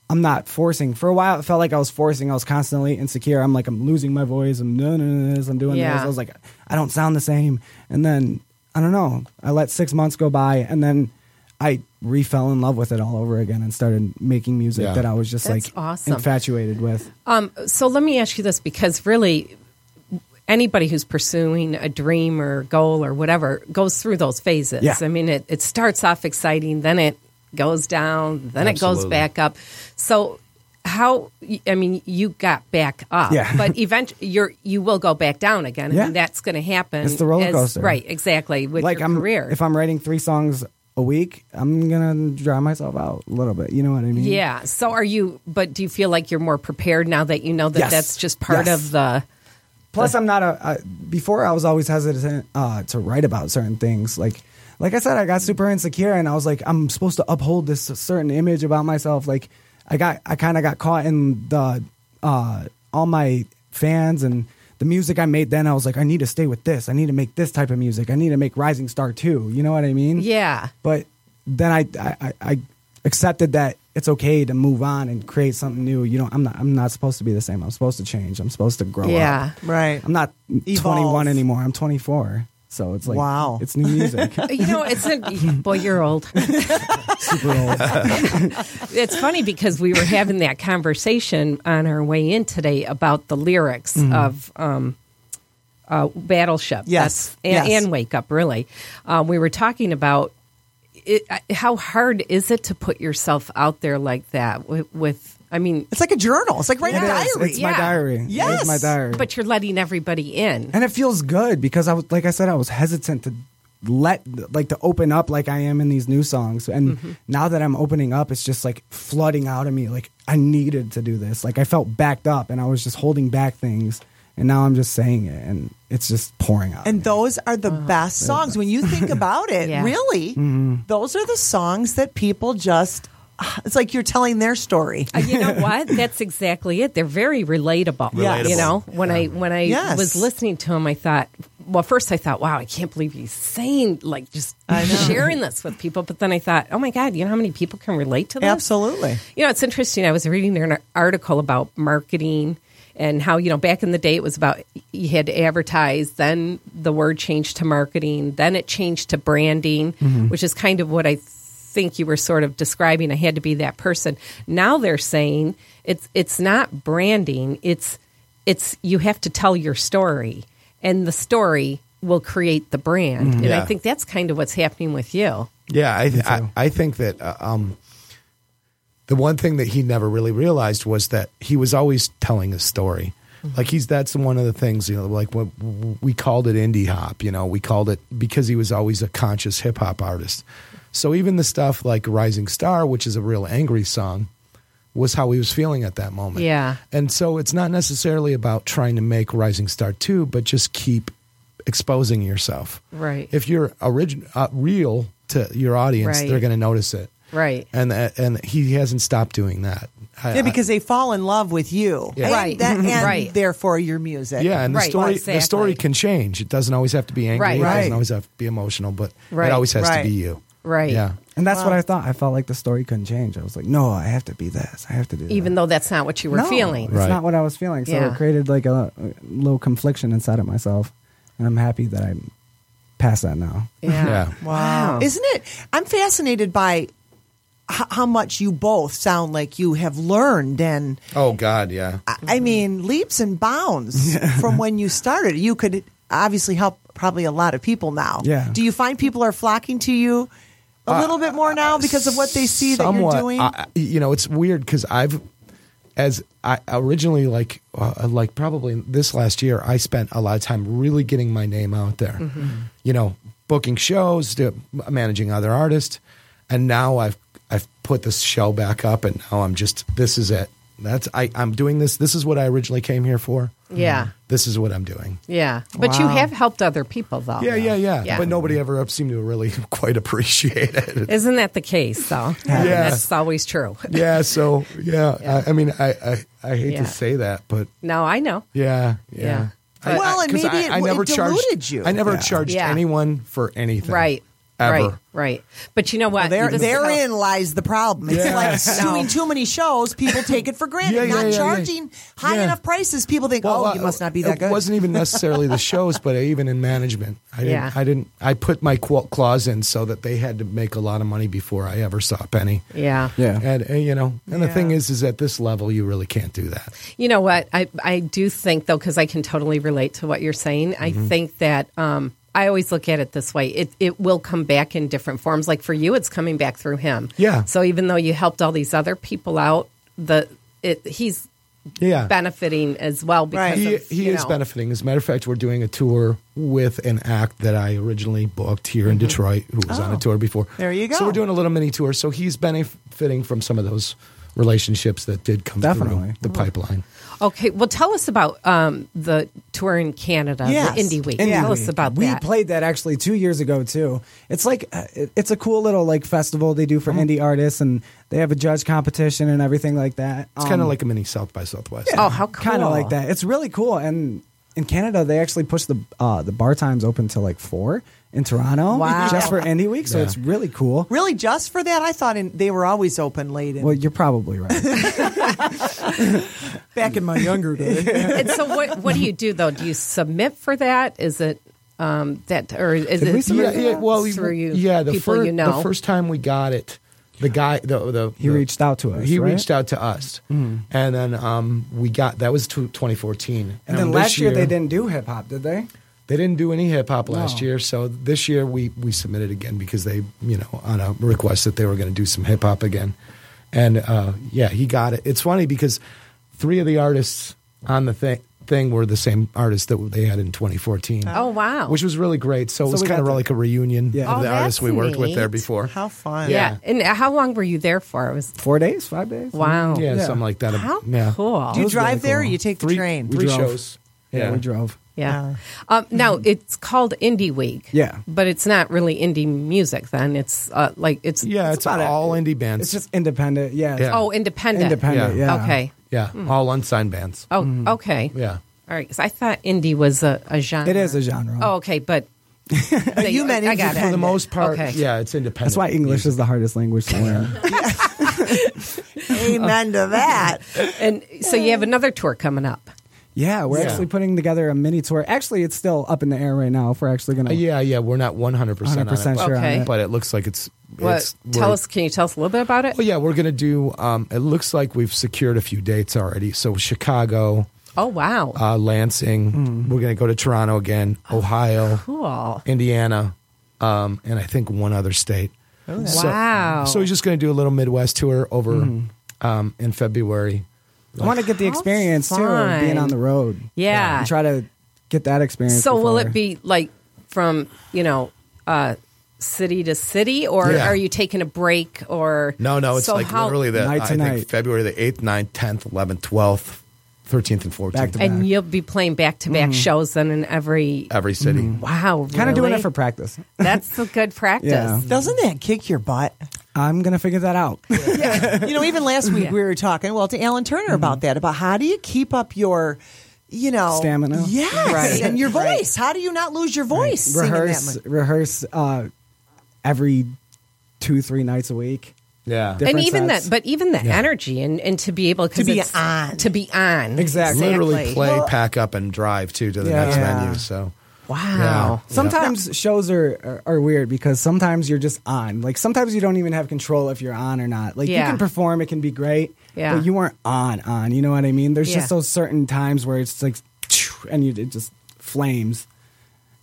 S9: I'm not forcing. For a while, it felt like I was forcing. I was constantly insecure. I'm like I'm losing my voice. I'm doing this. I'm doing
S6: Yeah.
S9: this. I was like I don't sound the same. And then I don't know. I let six months go by, and then. I re-fell in love with it all over again and started making music
S8: Yeah.
S9: that I was just
S6: That's
S9: like
S6: awesome.
S9: infatuated with.
S6: Um, so let me ask you this because really anybody who's pursuing a dream or goal or whatever goes through those phases.
S9: Yeah.
S6: I mean, it, it starts off exciting, then it goes down, then it goes
S8: Absolutely.
S6: back up. So how I mean, you got back up,
S9: Yeah.
S6: but eventually you're you will go back down again. I
S9: Yeah.
S6: mean, that's going to happen.
S9: It's the roller
S6: as-
S9: coaster.
S6: right? Exactly. With
S9: like
S6: your
S9: I'm,
S6: career,
S9: If I'm writing three songs a week, I'm gonna dry myself out a little bit. You know what I mean?
S6: yeah. So are you? But do you feel like you're more prepared now that you know that
S9: Yes.
S6: that's just part
S9: Yes.
S6: of the
S9: Plus, I'm not a. I, before I was always hesitant uh, to write about certain things. Like, like I said, I got super insecure, and I was like, I'm supposed to uphold this certain image about myself. Like, I got, I kind of got caught in the uh, all my fans and the music I made. Then I was like, I need to stay with this. I need to make this type of music. I need to make Rising Star too. You know what I mean?
S6: Yeah.
S9: But then I, I, I- I accepted that it's okay to move on and create something new. You know, I'm not, I'm not supposed to be the same. I'm supposed to change. I'm supposed to grow
S6: Yeah.
S9: up.
S7: Right.
S9: I'm not
S7: Evolve.
S9: 21 anymore. I'm 24. So it's like,
S7: Wow.
S9: it's new *laughs* music.
S6: You know, it's a *laughs* boy. You're old.
S9: Super old.
S6: It's funny because we were having that conversation on our way in today about the lyrics
S7: Mm-hmm.
S6: of um, uh, Battleship.
S7: Yes,
S6: That's- and,
S7: yes.
S6: and Wake Up. Really, um, we were talking about it, uh, how hard is it to put yourself out there like that with. with I mean,
S7: It's like a journal. It's like writing a
S9: It is.
S7: diary.
S9: It's
S6: Yeah.
S9: my diary. It
S7: Yes.
S9: is my diary.
S6: but you're letting everybody in.
S9: and it feels good because I was like I said I was hesitant to let like to open up like I am in these new songs and
S6: Mm-hmm.
S9: now that I'm opening up it's just like flooding out of me like I needed to do this like I felt backed up and I was just holding back things and now I'm just saying it and it's just pouring out of
S7: And
S9: me.
S7: those are the best songs. When you think about it,
S6: Yeah.
S7: really, those are the songs that people just, it's like you're telling their story.
S6: Uh,
S7: *laughs*
S6: you know what? That's exactly it. They're very relatable.
S7: Yes.
S6: You know, when I when I
S7: Yes.
S6: was listening to him, I thought. Well, first I thought, wow, I can't believe he's saying like just sharing this with people. But then I thought, oh my god, you know how many people can relate to this?
S7: Absolutely.
S6: You know, it's interesting. I was reading an article about marketing and how, you know, back in the day it was about you had to advertise, then the word changed to marketing, then it changed to branding,
S8: Mm-hmm.
S6: which is kind of what I think you were sort of describing. I had to be that person. Now they're saying it's it's not branding, it's it's you have to tell your story and the story will create the brand. And I
S8: Mm-hmm. Yeah.
S6: think that's kind of what's happening with you.
S8: Yeah, I, th- I, I think that uh, um, the one thing that he never really realized was that he was always telling a story.
S9: Mm-hmm.
S8: Like he's that's one of the things you know. Like what we called it indie hop. You know, we called it because he was always a conscious hip hop artist. So even the stuff like Rising Star, which is a real angry song, was how he was feeling at that moment.
S6: Yeah.
S8: And so it's not necessarily about trying to make Rising Star 2, but just keep exposing yourself.
S6: Right.
S8: If you're origin, uh, real to your audience,
S6: Right.
S8: they're going to notice it.
S6: Right.
S8: And that, and he hasn't stopped doing that. I-
S7: Yeah, because they fall in love with you.
S8: Yeah.
S7: And
S6: Right.
S7: That, and
S6: Right.
S7: therefore your
S8: I-
S7: music.
S8: yeah, and the
S6: Right.
S8: story
S6: Exactly.
S8: the story can change. It doesn't always have to be angry.
S6: Right.
S8: It
S7: Right.
S8: doesn't always have to be emotional, but
S6: Right.
S8: it always has
S7: Right.
S8: to be you.
S6: Right.
S8: Yeah.
S9: and that's what I thought I felt like the story couldn't change I was like no I have to be this I have to do
S6: Even
S9: that.
S6: though that's not what you were
S9: No,
S6: feeling.
S9: it's
S8: Right.
S9: not what I was feeling so
S6: Yeah.
S9: it created like a, a little confliction inside of myself and I'm happy that I'm past that now
S8: Yeah.
S7: Wow. Isn't it? I'm fascinated by h- how much you both sound like you have learned and
S8: Oh God, yeah.
S7: I- I mean, leaps
S8: *laughs*
S7: and bounds from when you started. You could obviously help probably a lot of people now.
S9: Yeah.
S7: Do you find people are flocking to you a little bit more now because of what they see that
S8: Uh, somewhat,
S7: you're doing?
S8: I- I- you know, it's weird because I've, as I originally like, uh, like probably this last year, I spent a lot of time really getting my name out there.
S7: Mm-hmm.
S8: You know, booking shows, do, managing other artists, and now I've I've put this show back up, and now I'm just this is it. That's I I'm doing this. This is what I originally came here for.
S6: Yeah.
S8: This is what I'm doing.
S6: Yeah, but you have helped other people though.
S8: Yeah, yeah, yeah.
S6: Oh, Yeah.
S8: But nobody ever seemed to really *laughs* quite appreciate it.
S6: Isn't that the case
S8: *laughs*
S6: though? Yeah, that's always true.
S8: yeah so yeah, I, I mean I, I i hate
S6: Yeah.
S8: to say that but
S6: *laughs* No, I know.
S8: yeah
S6: Yeah.
S8: yeah,
S6: But-
S7: Well, and
S8: 'cause
S7: maybe it- it
S8: charged
S7: deluded you.
S8: i never
S9: Yeah.
S8: charged
S6: Yeah.
S8: anyone for anything
S6: Right.
S8: ever
S6: Right. Right. But you know what?
S7: there,
S6: This is how-
S7: therein lies the problem. It's
S8: Yeah. *laughs*
S7: like
S6: No.
S7: doing too many shows, people take it for granted.
S8: Yeah, yeah,
S7: not
S8: yeah, yeah.
S7: charging high
S8: Yeah.
S7: enough prices, people think, oh, you must not be that
S8: uh, it
S7: good.
S8: wasn't e-
S7: *laughs*
S8: even necessarily the shows but even in management i didn't
S6: Yeah.
S8: i didn't i put my qu- clause in so that they had to make a lot of money before i ever saw a penny
S6: Yeah.
S9: yeah
S8: and, and, you know and the
S7: Yeah.
S8: thing is is at this level you really can't do that
S6: You know what? I, I do think, though, because I can totally relate to what you're saying, I
S8: Mm-hmm.
S6: think that um, I always look at it this way it, it will come back in different forms. Like for you, it's coming back through him.
S8: Yeah.
S6: So even though you helped all these other people out, the it, he's
S8: yeah
S6: benefiting as well because
S8: he,
S6: of,
S8: he
S6: you
S8: is
S6: know,
S8: benefiting. As a matter of fact, we're doing a tour with an act that I originally booked here
S6: Mm-hmm.
S8: in
S6: Oh.
S8: Detroit, who was on a tour before.
S7: There you
S8: So
S7: go.
S8: we're doing a little mini tour. So he's benefiting from some of those relationships that did come
S9: Definitely.
S8: through the
S6: Mm-hmm.
S8: pipeline.
S6: Okay, well, tell us about um, the tour in Canada,
S7: Yes.
S6: the Indie Week.
S9: Indie
S6: tell
S9: Week.
S6: us about
S9: we
S6: that.
S9: played that actually two years ago too. It's like uh, it- it's a cool little like festival they do for indie artists, and they have a judge competition and everything like that.
S8: It's kind of like a mini South by Southwest.
S6: oh, how cool!
S9: kind of
S8: *laughs*
S9: like that. It's really cool. And in Canada, they actually push the uh, the bar times open till like four in Toronto,
S7: Wow.
S9: just for indie week. So
S8: Yeah.
S9: it's really cool.
S7: Really, just for that? I thought in, they were always open late. In,
S9: Well, you're
S6: *laughs*
S9: probably right.
S7: back
S8: *laughs*
S7: in my younger day.
S6: and so, what what do you do though? Do you submit for that? Is it um, that or is
S8: Did
S6: it through,
S8: we submit- yeah, well, we-
S6: through you?
S8: Yeah, the
S6: people
S8: first
S6: you know.
S8: the first time we got it, the guy the, the
S9: He
S8: the-
S9: reached out to us,
S8: He
S9: right?
S8: reached out to us,
S6: Mm.
S8: and then um, we got that was tw 2014.
S9: and then
S8: this
S9: last year, they didn't do hip hop, did they?
S8: They didn't do any hip hop last
S9: No.
S8: year, so this year we we submitted again because they you know on a request that they were going to do some hip hop again, and uh, yeah, he got it. It's funny because three of the artists on the thing thing were the same artists that they had in 2014.
S6: Oh wow!
S8: Which was really great. So, it
S9: So
S8: was
S9: we
S8: kind of
S9: got to-
S8: like a reunion
S9: Yeah.
S8: of
S6: Oh,
S8: the artists
S6: that's
S8: we worked with there
S6: neat.
S8: before.
S7: How fun!
S6: yeah. and how long were you there for? It was
S9: Four days, five days.
S6: wow.
S8: yeah,
S9: Yeah.
S8: something like that.
S6: How
S8: yeah.
S6: cool!
S7: Do you
S9: was
S7: drive
S9: really
S7: there? or
S9: cool.
S7: You take the
S8: Three,
S7: train.
S8: three
S9: drove.
S8: shows.
S9: Yeah, we drove.
S6: Yeah. Um, now it's called Indie Week.
S9: Yeah.
S6: But it's not really indie music then. It's uh, like it's
S8: Yeah, it's,
S9: about it.
S8: all indie bands.
S9: It's just independent. Yeah.
S8: Yeah.
S6: oh independent.
S9: Independent.
S8: Yeah.
S9: Yeah.
S6: Okay.
S8: yeah,
S6: Hmm.
S8: all unsigned bands.
S6: Oh, okay.
S8: Mm-hmm. Yeah.
S6: All right. 'cause I thought indie was a, a genre.
S9: It is a genre.
S6: Oh, okay.
S8: *laughs*
S6: But they-
S7: you meant
S6: I got
S7: independent.
S8: For the
S6: it.
S8: most part,
S6: Okay.
S8: yeah, it's independent.
S9: That's why English is the hardest language to learn.
S7: Amen to that.
S6: *laughs*
S8: *laughs*
S6: And so you have another tour coming up.
S9: *laughs* yeah, we're
S8: Yeah.
S9: actually putting together a mini tour. Actually, it's still up in the air right now. If we're actually going
S8: Uh,
S9: to
S8: yeah, yeah, we're not 100% on
S9: 100%
S8: it,
S6: Okay.
S8: but,
S9: sure on it.
S8: but it looks like it's.
S6: What?
S8: it's
S6: Tell
S8: we're-
S6: us. Can you tell us a little bit about it?
S8: Well, yeah, we're going to do. Um, it looks like we've secured a few dates already. So, Chicago,
S6: Oh wow.
S8: uh, Lansing. We're going to go to Toronto again,
S6: *gasps*
S8: Ohio,
S6: cool.
S8: Indiana, um, and I think one other state. So-
S6: Wow.
S8: So, we're just going to do a little Midwest tour over um, in February.
S9: I want to get the
S6: How
S9: experience too of
S6: fun.
S9: being on the road.
S6: Yeah.
S9: And try to get that experience.
S6: So will
S9: before-
S6: it be like from you know uh, city to city, or
S8: Yeah.
S6: are you taking a break? Or
S8: No, no, it's
S6: So
S8: like
S6: how-
S8: literally the
S9: Night to
S8: I think
S9: night.
S8: February the eighth, 9th, tenth, eleventh, twelfth, thirteenth, and
S9: Back
S8: fourteenth.
S9: to
S6: And you'll be playing back to back
S8: Mm-hmm.
S6: shows then in every.
S8: Every city.
S6: Wow,
S9: kind of doing
S6: really?
S9: it for practice?
S6: That's a
S8: *laughs*
S6: good practice.
S9: Yeah.
S7: Doesn't that kick your
S9: *laughs*
S7: butt?
S9: I'm gonna figure
S6: *laughs*
S9: that out.
S7: you know, even last week
S6: Yeah.
S7: we were talking well to Alan Turner
S9: Mm-hmm.
S7: about that about how do you keep up your, you know,
S9: Stamina.
S7: yes,
S6: Right.
S7: and your voice. How do you not lose your voice? singing that
S9: rehearse,
S7: much?
S9: rehearse uh, every two, three nights a week.
S8: Yeah.
S9: Different
S6: and even
S9: sets.
S6: that, but even the energy and, and to be able 'cause
S7: To be
S6: it's-
S7: on.
S6: to be on
S9: Exactly.
S8: Literally
S6: Exactly.
S8: play, pack up, and drive too to the
S9: Yeah.
S8: next
S9: Yeah.
S8: venue. So
S6: Wow.
S8: Yeah.
S9: Sometimes shows are, are are weird because sometimes you're just on. Like sometimes you don't even have control if you're on or not. Like
S6: Yeah.
S9: you can perform, it can be great,
S6: Yeah.
S9: but you aren't on on. You know what I mean? There's
S6: Yeah.
S9: just those certain times where it's like, and you, it just flames.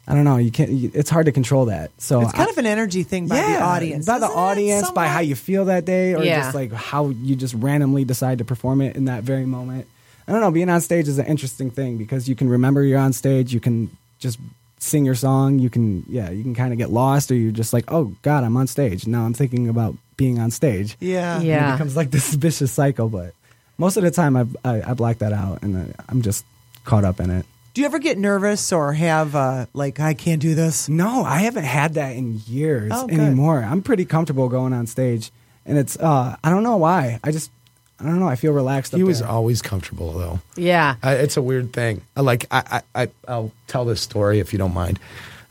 S9: I don't know. You can't. You, it's hard to control that. So
S7: It's kind
S9: I-
S7: of an energy thing by the audience,
S9: by the
S7: isn't it,
S9: audience, by how
S7: somewhat?
S9: you feel that day, or
S6: Yeah.
S9: just like how you just randomly decide to perform it in that very moment. I don't know. Being on stage is an interesting thing because you can remember you're on stage. You can just sing your song. You can, yeah, you can kind of get lost, or you're just like, oh God, I'm on stage. Now I'm thinking about being on stage.
S7: Yeah.
S9: And
S6: Yeah.
S9: it becomes like this *laughs* vicious cycle. But most of the time, I I, I black that out, and I, I'm just caught up in it.
S7: Do you ever get nervous or have uh, like I can't do this?
S9: No, I haven't had that in years
S7: Oh, good.
S9: anymore. I'm pretty comfortable going on stage, and it's uh, I don't know why. I just I don't know. I feel relaxed.
S8: he
S9: up
S8: was
S9: there.
S8: always comfortable though.
S6: Yeah.
S8: I, it's a weird thing. I Like I, I, I, I'll tell this story if you don't mind.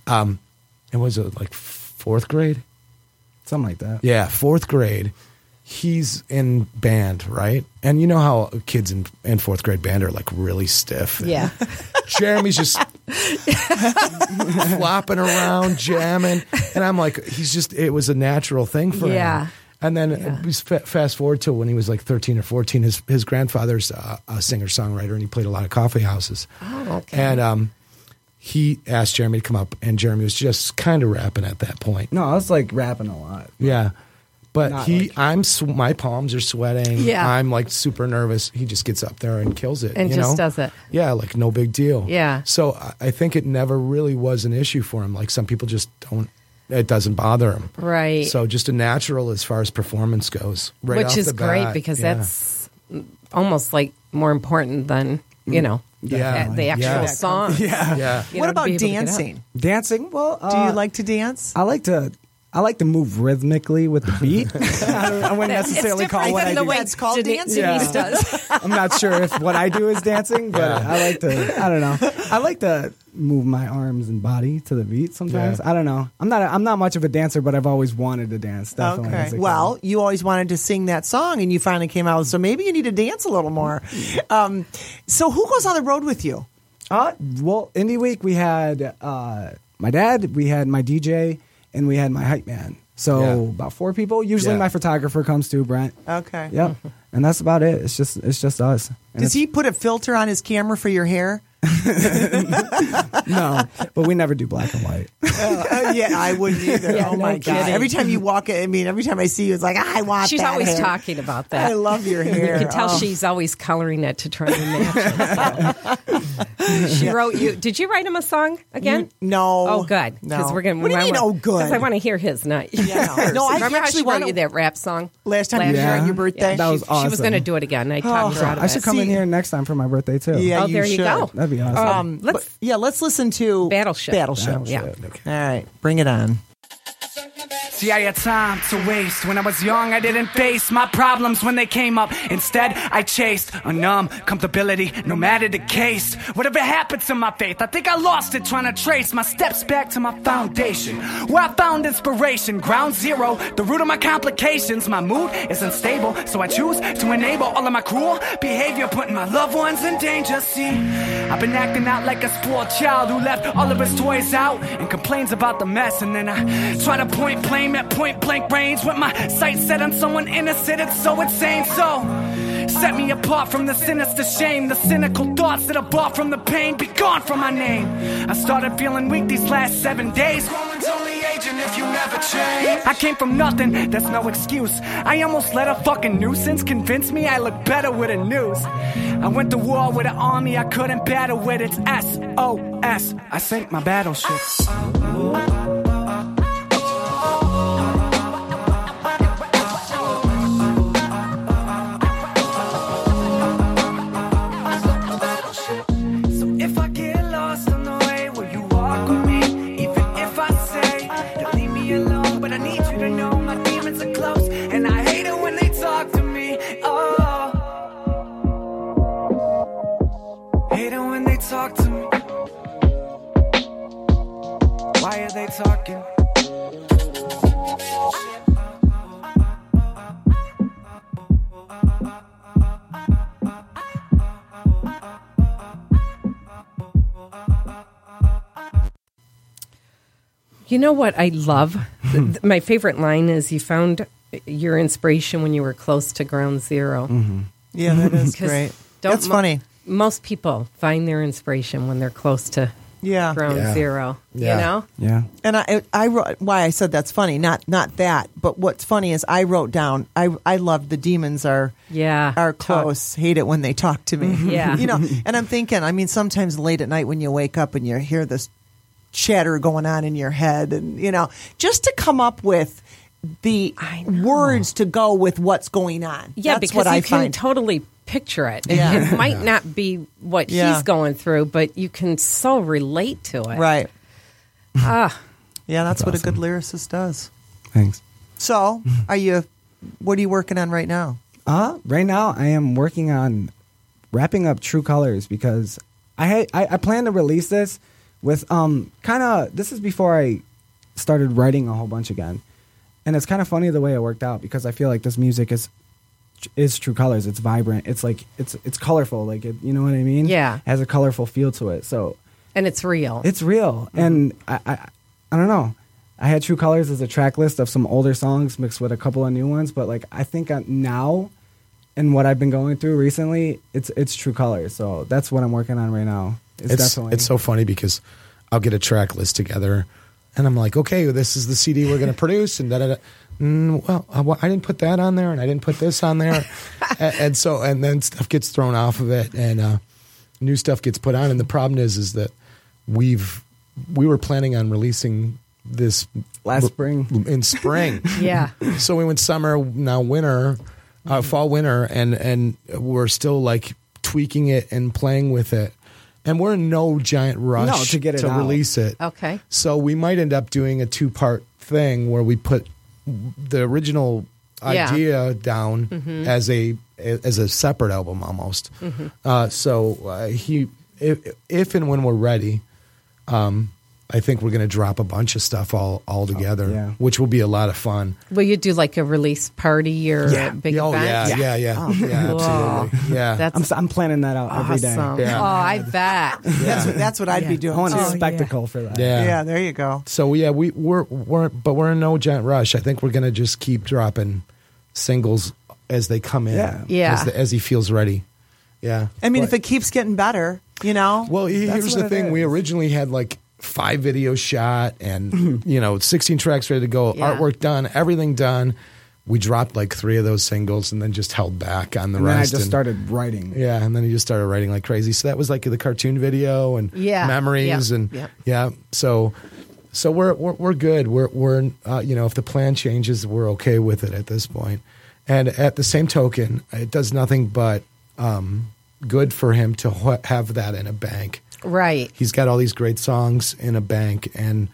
S8: Um, it was uh, like fourth grade.
S9: something like that.
S8: Yeah, fourth grade. He's in band, right? And you know how kids in, in fourth grade band are like really stiff. and
S6: Yeah.
S8: Jeremy's just flopping around, jamming, and I'm like, he's just. It was a natural thing for
S6: Yeah.
S8: him. And then uh, just fa- fast forward to when he was like 13 or 14, his his grandfather's uh, a singer songwriter, and he played a lot of coffee houses.
S6: Oh, okay.
S8: And um, he asked Jeremy to come up, and Jeremy was just kind of rapping at that point.
S9: No, I was like rapping a lot.
S8: Yeah. But
S9: Not
S8: he,
S9: like-
S8: I'm, sw- my palms are sweating.
S6: Yeah.
S8: I'm like super nervous. He just gets up there and kills it.
S6: And
S8: you
S6: just
S8: know?
S6: does it.
S8: Yeah. Like no big deal.
S6: Yeah.
S8: So I- I think it never really was an issue for him. Like some people just don't it doesn't bother him.
S6: Right.
S8: So just a natural as far as performance goes. *laughs* Right
S6: which
S8: off
S6: is
S8: the
S6: great
S8: bat.
S6: because
S8: Yeah.
S6: that's almost like more important than you know the-
S8: Mm. Yeah.
S6: the, actual
S8: Yeah.
S6: song. Yeah.
S8: *coughs* yeah.
S7: what about dancing?
S9: Dancing? Well,
S7: Do you
S9: uh,
S7: like to dance?
S9: I like to. I like to move rhythmically with the
S6: *laughs*
S9: beat. *laughs* I, don't- I wouldn't necessarily
S6: it's
S9: call
S6: different
S9: what I
S6: than the
S9: do.
S6: way
S7: That's called
S6: Deni-
S7: dancing.
S6: Denise
S9: Yeah.
S8: *laughs*
S6: does.
S9: *laughs* I'm not sure if what I do is dancing, but
S8: Yeah.
S9: I like to. I don't know. I like to move my arms and body to the beat. Sometimes
S8: Yeah.
S9: I don't know. I'm not. I'm not much of a dancer, but I've always wanted to dance. Definitely. as a
S7: Okay.
S9: kid.
S7: Well, you always wanted to sing that song, and you finally came out. So maybe you need to dance a little more.
S9: Mm-hmm.
S7: Um, so who goes on the road with you?
S9: Uh, well, Indie Week, we had uh, my dad, we had my DJ, and we had my hype man. So
S8: Yeah.
S9: about four people. Usually
S8: Yeah.
S9: my photographer comes too, Brent.
S7: Okay.
S9: Yep. and that's about it. It's just it's just *laughs* us. And
S7: Does he put a filter on his camera for your hair?
S9: it's- No, but we never do black and
S7: *laughs*
S9: white.
S7: Uh, *laughs* yeah, I wouldn't either.
S6: Yeah,
S7: oh my
S6: no
S7: god!
S6: kidding.
S7: Every time you walk, in- I mean, every time I see you, it's like I want.
S6: She's
S7: that
S6: always
S7: hair.
S6: talking about that.
S7: I love your hair.
S6: You can tell
S7: Oh.
S6: she's always coloring it to try and match
S7: *laughs*
S6: it. she wrote you. Did you write him a song again?
S7: No.
S6: Oh, good. Because
S7: No.
S6: we're gonna.
S7: What do you
S6: I
S7: mean?
S6: wa-
S7: Oh, good.
S6: 'cause I want to hear his, not
S7: *laughs* Yeah, no.
S6: yours.
S7: No, I
S6: Remember how
S7: actually
S6: she wrote
S7: wanna-
S6: you that rap song
S7: Last time you
S6: last
S7: were here
S9: year?
S7: on your birthday, Oh,
S9: Yeah, that was
S6: She was
S9: awesome.
S6: going to do it again. I talked her out of
S9: Oh, I
S6: it.
S9: should come in
S7: See-
S9: here next time for my birthday too.
S7: Yeah,
S6: Oh, there you
S7: should.
S6: go.
S9: that'd be awesome.
S7: Um,
S6: Let's-
S7: but- yeah, let's listen to
S6: Battleship. Oh,
S7: Battleship.
S6: Yeah.
S7: All right, bring it on.
S5: See, I had time to waste. When I was young, I didn't face my problems when they came up. Instead, I chased a numb comfortability, no matter the case. Whatever happened to my faith, I think I lost it trying to trace my steps back to my foundation. Where I found inspiration, ground zero, the root of my complications. My mood is unstable, so I choose to enable all of my cruel behavior, putting my loved ones in danger. See, I've been acting out like a spoiled child who left all of his toys out and complains about the mess. And then I try to point blame at point blank range with my sights set on someone innocent. It's so insane. So set me apart from the sinister shame, the cynical thoughts that I bought from the pain. Be gone from my name. I started feeling weak these last seven days. Growing's only aging if you never change. I came from nothing. That's no excuse. I almost let a fucking nuisance convince me I look better with a news. I went to war with an army I couldn't battle with. It's S O S. I sank my battleship. So if I get lost on the way, will you walk with me? Even if I say to leave me alone, but I need you to know my demons are close, and I hate it when they talk to me. Oh, hate it when they talk to me. Why are they talking?
S6: You know what I love? Th- th- My favorite line is you found your inspiration when you were close to ground 0
S9: Mm-hmm.
S7: Yeah,
S6: *laughs*
S7: that is
S6: 'Cause
S7: great.
S6: don't
S7: That's
S6: mo-
S7: funny.
S6: Most people find their inspiration when they're close to
S7: Yeah.
S6: ground
S8: Yeah.
S6: zero.
S8: Yeah.
S6: You know?
S9: yeah.
S7: And I, I wrote why I said that's funny. Not not that, but what's funny is I wrote down. I I love the demons are
S6: Yeah.
S7: *laughs* are
S6: Talk.
S7: close. Hate it when they talk to me.
S6: Yeah.
S7: you know. And I'm thinking. I mean, sometimes late at night when you wake up and you hear this chatter going on in your head, and you know, just to come up with the words to go with what's going on.
S6: Yeah,
S7: that's
S6: because
S7: what
S6: you
S7: I
S6: can
S7: find.
S6: totally picture it. It-
S7: Yeah.
S6: It might not be what
S7: Yeah.
S6: he's going through, but you can so relate to it.
S7: right.
S6: Ah.
S7: *laughs* Yeah, that's, what a good lyricist does.
S9: Thanks.
S7: So, are you? What are you working on right now?
S9: Uh, right now I am working on wrapping up True Colors because I had, I, I plan to release this with um kind of this is before I started writing a whole bunch again, and it's kind of funny the way it worked out because I feel like this music is is True Colors. It's vibrant. It's like it's it's colorful. Like it, you know what I mean?
S6: Yeah.
S9: has a colorful feel to it. So
S6: And it's real.
S9: it's real,
S8: Mm-hmm.
S9: and I, I I don't know. I had True Colors as a track list of some older songs mixed with a couple of new ones, but like I think i now and what I've been going through recently, it's it's True Colors. So that's what I'm working on right now. It's,
S8: it's,
S9: definitely
S8: it's so funny because I'll get a track list together and I'm like, okay, this is the CD we're going to produce. And da, da, da. Mm, well, I, well, I didn't put that on there and I didn't put this on
S9: *laughs*
S8: there. and, and so, and then stuff gets thrown off of it and uh, new stuff gets put on. And the problem is, is that we've, we were planning on releasing this
S9: Last spring.
S8: in
S9: *laughs*
S8: spring.
S6: Yeah.
S8: so we went summer, now winter, uh, fall, winter, and and we're still like tweaking it and playing with it, and we're in no giant rush
S9: No, to get it out.
S8: release it.
S6: Okay.
S8: So we might end up doing a two part thing where we put the original
S6: Yeah.
S8: idea down
S9: Mm-hmm.
S8: as a as a separate album almost. Uh, so uh, he if, if and when we're ready, um, I think we're going to drop a bunch of stuff all all together,
S9: yeah.
S8: which will be a lot of fun.
S6: Will you do like a release party or a big
S8: oh,
S6: event?
S8: yeah, yeah, yeah, yeah, absolutely. Yeah.
S6: That's
S9: I'm, s- I'm planning that out every day.
S6: awesome.
S8: Yeah.
S6: Oh, I bet.
S7: That's what, that's what I'd be doing.
S9: I want a
S7: too.
S9: spectacle for that.
S8: Oh, yeah.
S7: Yeah. there you go.
S8: So yeah, we we're we're but we're in no giant rush. I think we're gonna just keep dropping singles as they come in.
S9: Yeah.
S6: Yeah.
S8: As, the, as he feels ready. Yeah.
S7: I mean, if
S8: But-
S7: it keeps getting better, you know.
S8: well, he-
S9: That's
S8: here's
S9: what
S8: the
S9: it
S8: thing: we
S9: is.
S8: originally had like five videos shot
S9: *laughs* Mm-hmm.
S8: and you know 16 tracks ready to go,
S6: Yeah.
S8: artwork done, everything done. We dropped like three of those singles and then just held back on the
S9: And
S8: rest.
S9: then I just
S8: and-
S9: started writing.
S8: Yeah, and then he just started writing like crazy. So that was like the cartoon video and
S6: Yeah,
S8: memories
S6: yeah,
S8: and
S6: yeah.
S8: yeah. So so we're we're, we're good. We're we're uh, you know if the plan changes, we're okay with it at this point. And at the same token, it does nothing but um, good for him to ha- have that in a bank.
S6: Right.
S8: He's got all these great songs in a bank, and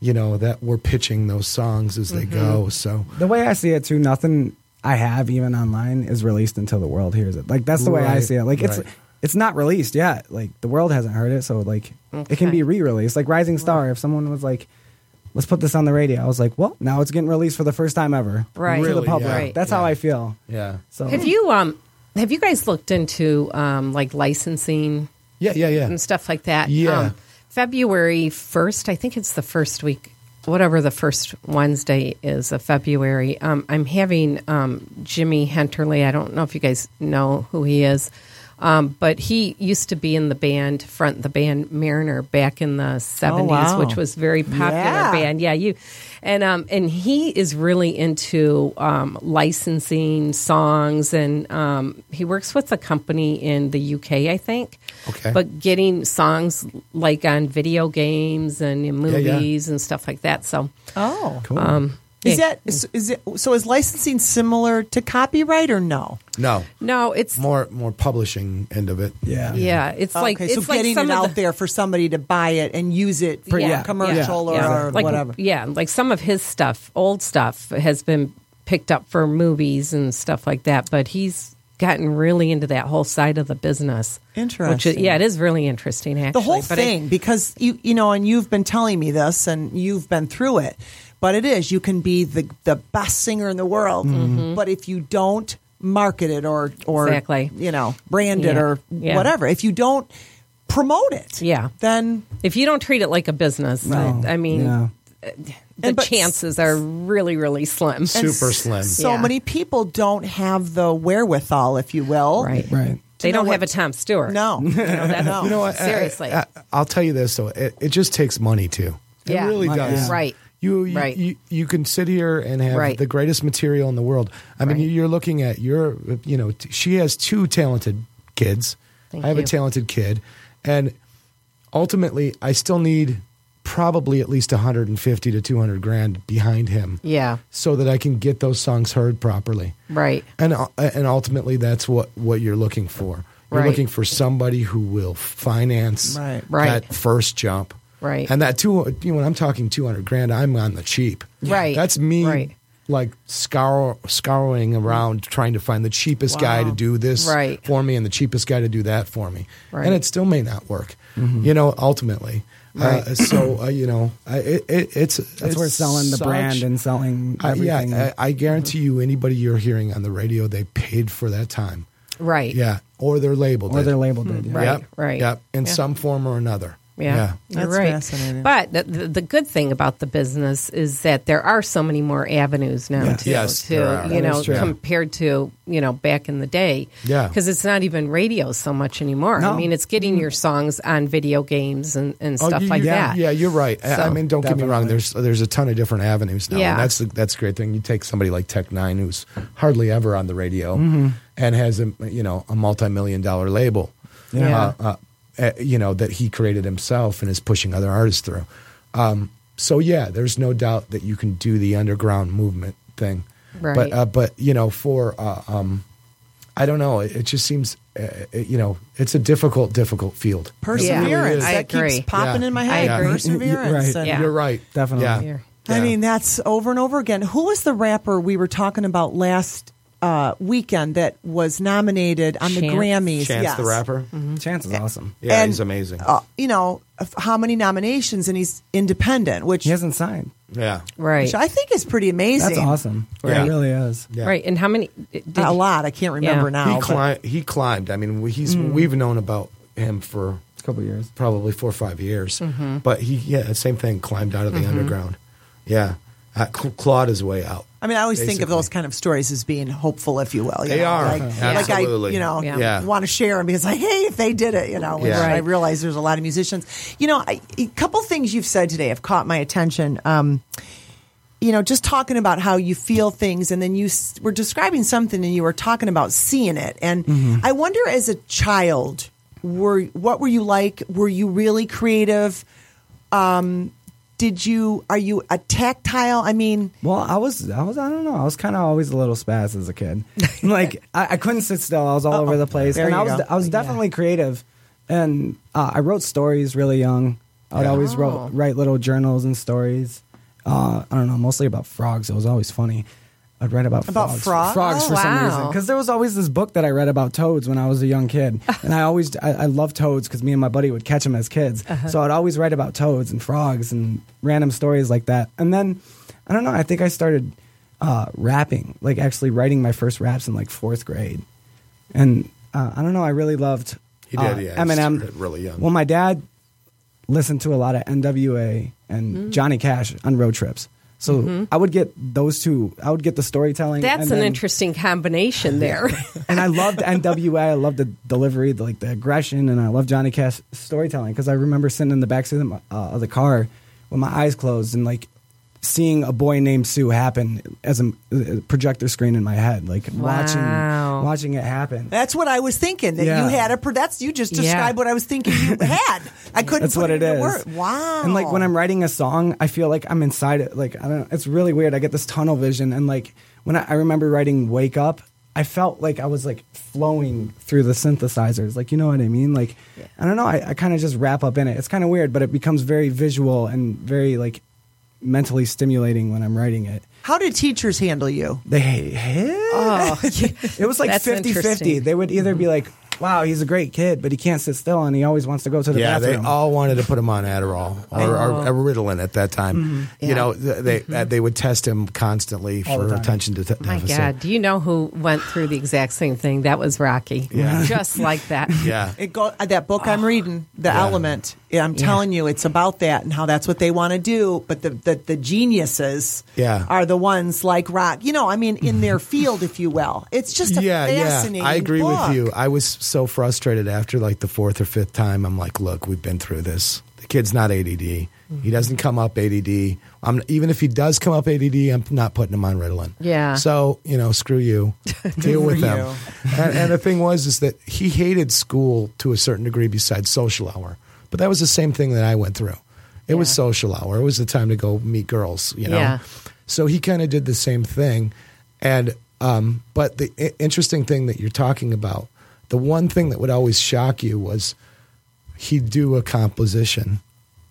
S8: you know that we're pitching those songs as they
S6: Mm-hmm.
S8: go. So
S9: The way I see it, too, nothing I have even online is released until the world hears it. Like that's the way I
S8: Right,
S9: see it. Like
S8: right.
S9: it's it's not released yet. Like the world hasn't heard it, so like it can be re-released. Like Rising Star, if someone was like. Let's put this on the radio. I was like, well, now it's getting released for the first time ever
S6: Right.
S9: to
S6: Really,
S9: the public.
S8: yeah.
S9: That's how I feel.
S8: yeah,
S9: So
S6: Have you um have you guys looked into um like licensing
S8: yeah, yeah, yeah.
S6: and stuff like that?
S8: Yeah.
S6: Um, February first, I think it's the first week, whatever the first Wednesday is of February. Um, I'm having um, Jimmy Henterly. I don't know if you guys know who he is, um, but he used to be in the band front the band Mariner back in
S8: Oh,
S6: the seventies,
S7: wow.
S6: which was very popular
S7: Yeah.
S6: band. Yeah, you and um and he is really into um licensing songs and um he works with a company in the UK, I think.
S8: Okay.
S6: But getting songs like on video games and in
S8: Yeah, yeah.
S6: movies and stuff like that. So
S7: Oh,
S8: Cool.
S6: Um,
S7: is that is, is it? So is licensing similar to copyright or no?
S8: no,
S6: no, it's
S8: more more publishing end of it.
S9: Yeah.
S6: yeah, it's like
S7: Oh, okay,
S6: it's
S7: so
S6: like
S7: getting
S6: some
S7: it
S6: of
S7: out
S6: the,
S7: there for somebody to buy it and use it for
S6: Yeah,
S7: a commercial
S6: yeah,
S7: or,
S6: yeah. Like,
S7: whatever.
S6: Yeah, like some of his stuff, old stuff, has been picked up for movies and stuff like that. But he's gotten really into that whole side of the business. Which is,
S7: Interesting.
S6: yeah, it is really interesting. Actually,
S7: the whole
S6: But I-
S7: thing because you you know and you've been telling me this and you've been through it but it is you can be the the best singer in the world but if you don't market it or or
S6: Mm-hmm. Exactly.
S7: you know brand it
S6: Yeah.
S7: or
S6: Yeah.
S7: whatever if you don't promote it
S6: Yeah.
S7: then
S6: if you don't treat it like a business, I, I mean,
S9: Yeah.
S6: the
S7: And but-
S6: chances are really, really slim.
S7: and
S8: Super
S7: s-
S8: slim.
S7: so
S6: Yeah.
S7: many people don't have the wherewithal if you will
S6: right.
S9: Right.
S6: They
S7: know
S6: don't
S7: what-
S6: have a Tom Stewart. *laughs*
S7: no you know, that's, *laughs* no
S8: You know what? I- I-
S6: Seriously.
S8: I, will uh, tell you this though. It, it just takes money too. It
S6: Yeah.
S8: really
S6: Money,
S8: does.
S6: yeah. Right.
S8: You you,
S6: Right.
S8: you you can sit here and have
S6: Right.
S8: the greatest material in the world. I mean,
S6: Right.
S8: you're looking at your you know t- she has two talented kids.
S6: Thank
S8: I have
S6: you.
S8: a talented kid, and ultimately, I still need probably at least 150 to 200 grand behind him.
S6: Yeah. Mm-hmm.
S8: So that I can get those songs heard properly
S6: Right.
S8: and uh, and ultimately that's what what you're looking for you're
S6: Right.
S8: looking for somebody who will finance
S7: Right.
S6: Right.
S8: that first jump
S6: Right.
S8: and that two you know when i'm talking 200 grand i'm on the cheap
S6: Right.
S8: that's me
S6: Right.
S8: like scour scouring around trying to find the cheapest guy to do this
S6: Right.
S8: for me and the cheapest guy to do that for me
S6: Right. Mm-hmm.
S8: and it still may not work you know ultimately uh, so uh, you know I, it, it, it's
S9: That's where selling the brand and selling
S8: I,
S9: everything.
S8: yeah, I, I guarantee you, anybody you're hearing on the radio, they paid for that time.
S6: Right.
S8: Yeah, or they're labeled.
S9: or
S8: it.
S9: they're labeled it. yeah.
S6: Hmm, Right.
S8: Yep.
S6: right.
S8: Yep. In
S6: Yeah.
S8: some form or another.
S6: Yeah, you're
S7: That's
S6: right.
S7: fascinating.
S6: But the, the, the good thing about the business is that there are so many more avenues now, too.
S8: Yes,
S6: too,
S8: there are.
S6: you
S8: That
S6: know,
S8: is true.
S6: compared to you know back in the day.
S8: Yeah. Mm.
S6: because it's not even radio so much anymore. I
S9: No.
S6: mean, it's getting your songs on video games and, and
S8: Oh,
S6: stuff
S8: you-
S6: like
S8: you-
S6: that.
S8: Yeah, you're right. I- I
S6: So-
S8: mean, don't get me wrong. There's there's a ton of different avenues now.
S6: Yeah.
S8: And that's the, that's a great thing. You take somebody like Tech Nine, who's hardly ever on the radio,
S6: Mm-hmm.
S8: and has a you know a multi million dollar label. eh,
S6: Yeah.
S8: Uh, uh, uh, you know that he created himself and is pushing other artists through. Um, So yeah, there's no doubt that you can do the underground movement thing.
S6: Right.
S8: But uh, but you know for uh, um, I don't know. It, it just seems uh, it, you know it's a difficult difficult field.
S7: Perseverance.
S6: I
S7: that
S6: agree.
S7: keeps popping
S8: Yeah.
S7: in my
S6: I
S7: head.
S6: agree. *laughs*
S7: Perseverance.
S9: Right.
S7: and-
S6: Yeah.
S8: You're right.
S9: Definitely.
S8: Yeah.
S6: Yeah.
S7: I
S8: Yeah.
S7: mean, that's over and over again. Who was the rapper we were talking about last uh, weekend that was nominated on the
S6: Chance.
S7: Grammys?
S8: Chance
S7: yes.
S8: the rapper.
S9: Mm-hmm. Chance
S6: Mm-hmm.
S9: is awesome.
S8: Yeah,
S7: And,
S8: he's amazing.
S7: Uh, you know, f- how many nominations and he's independent, which,
S9: He hasn't signed.
S8: yeah.
S6: Right.
S7: which I think is pretty amazing.
S9: That's awesome.
S8: Yeah.
S9: It really is.
S8: Yeah.
S6: Right. And how many? Did
S7: a lot. I can't remember
S6: Yeah.
S7: now.
S8: He
S7: but-
S8: climbed. He climbed. I mean, we- he's we've known about him for
S9: It's a couple years.
S8: probably four or five years. But he, yeah, same thing. Climbed out of the underground. Yeah, uh, cl- clawed his way out.
S7: I mean, I always think of
S8: Basically.
S7: those kind of stories as being hopeful, if you will. You
S8: They
S7: know?
S8: are.
S7: Like,
S8: Yeah.
S7: like I,
S8: Absolutely.
S7: you know,
S6: Yeah.
S8: Yeah.
S7: want to share them because, like, hey, if they did it, you know, which
S8: Yeah.
S7: I
S6: Right.
S7: realize there's a lot of musicians. You know, I, a couple things you've said today have caught my attention. Um, you know, just talking about how you feel things, and then you s- were describing something, and you were talking about seeing it. And
S8: Mm-hmm.
S7: I wonder, as a child, were what were you like? Were you really creative? Um, did you are you a tactile? I mean,
S9: Well, I was, I was, I don't know. I was kind of always a little spaz as a kid.
S7: *laughs*
S9: like I, I couldn't sit still. I was all over the place,
S7: There
S9: and I
S7: you
S9: was,
S7: go.
S9: I was definitely creative, and uh, I wrote stories really young. I would always
S7: Oh.
S9: wrote, write little journals and stories. Uh, I don't know, mostly about frogs. It was always funny. I'd write about
S7: About
S9: frogs,
S7: frogs?
S9: frogs
S6: Oh,
S9: for some
S6: wow.
S9: reason, because there was always this book that I read about toads when I was a young
S6: *laughs*
S9: kid, and I always, I, I loved toads because me and my buddy would catch them as kids.
S6: Uh-huh.
S9: So I'd always write about toads and frogs and random stories like that. And then, I don't know, I think I started uh, rapping, like actually writing my first raps in like fourth grade, and uh, I don't know, I really loved
S8: He did, yeah,
S9: uh,
S8: he
S9: Eminem
S8: started really young.
S9: Well, my dad listened to a lot of NWA and
S6: Mm-hmm.
S9: Johnny Cash on road trips. So I would get those two. I would get the storytelling.
S6: That's
S9: and
S6: an
S9: then-
S6: interesting combination
S8: *laughs*
S6: there.
S9: And I loved NWA. I loved the delivery, the, like the aggression, and I loved Johnny Cash storytelling because I remember sitting in the backseat of, my- uh, of the car with my eyes closed and like seeing a boy named Sue happen as a a projector screen in my head, like
S6: Wow.
S9: watching watching it happen.
S7: That's what I was thinking. That
S9: Yeah.
S7: you had a pro- that's you just
S6: Yeah.
S7: described what I was
S8: *laughs*
S7: thinking you had. I couldn't.
S9: That's
S7: put
S9: what it
S7: into
S9: is.
S7: word- Wow.
S9: And like when I'm writing a song, I feel like I'm inside it. Like I don't. It's really weird. I get this tunnel vision, and like when I, I remember writing "Wake Up," I felt like I was like flowing through the synthesizers. Like you know what I mean? Like I don't know. I, I kind of just wrap up in it. It's kind of weird, but it becomes very visual and very like mentally stimulating when I'm writing it.
S7: how did teachers handle you?
S9: They hate *laughs* it was like
S6: Oh, That's
S9: 50 50.
S6: interesting. Mm-hmm.
S9: They would either be like, wow, he's a great kid, but he can't sit still and he always wants to go to the
S8: Yeah,
S9: bathroom.
S8: they all wanted to put him on Adderall or, or, or Ritalin at that time. You know, th- they uh, they would test him constantly
S9: the
S8: for
S9: time.
S8: attention to
S6: My
S8: deficit.
S6: God, do you know who went through the exact same thing? That was Rocky.
S8: Yeah.
S6: Just like that.
S8: *laughs* Yeah,
S7: It go, uh, that book I'm reading, The Element. Yeah, I'm telling you, it's about that and how that's what they want to do. But the, the the geniuses,
S8: Yeah.
S7: are the ones like rock. You know, I mean, in
S8: *laughs*
S7: their field, if you will. It's just a
S8: yeah,
S7: fascinating.
S8: yeah. I agree
S7: book.
S8: with you. I was so frustrated after like the fourth or fifth time. I'm like, look, we've been through this. The kid's not ADD.
S7: Mm-hmm.
S8: He doesn't come up ADD. I'm even if he does come up ADD, I'm not putting him on Ritalin.
S6: Yeah.
S8: So you know, screw
S7: *laughs*
S8: you. Deal with them. And, and the thing was is that he hated school to a certain degree, besides social hour. But that was the same thing that I went through. It was
S6: Yeah.
S8: social hour. It was the time to go meet girls. You know.
S6: Yeah.
S8: So he kind of did the same thing, and um, but the i- interesting thing that you're talking about, the one thing that would always shock you was he'd do a composition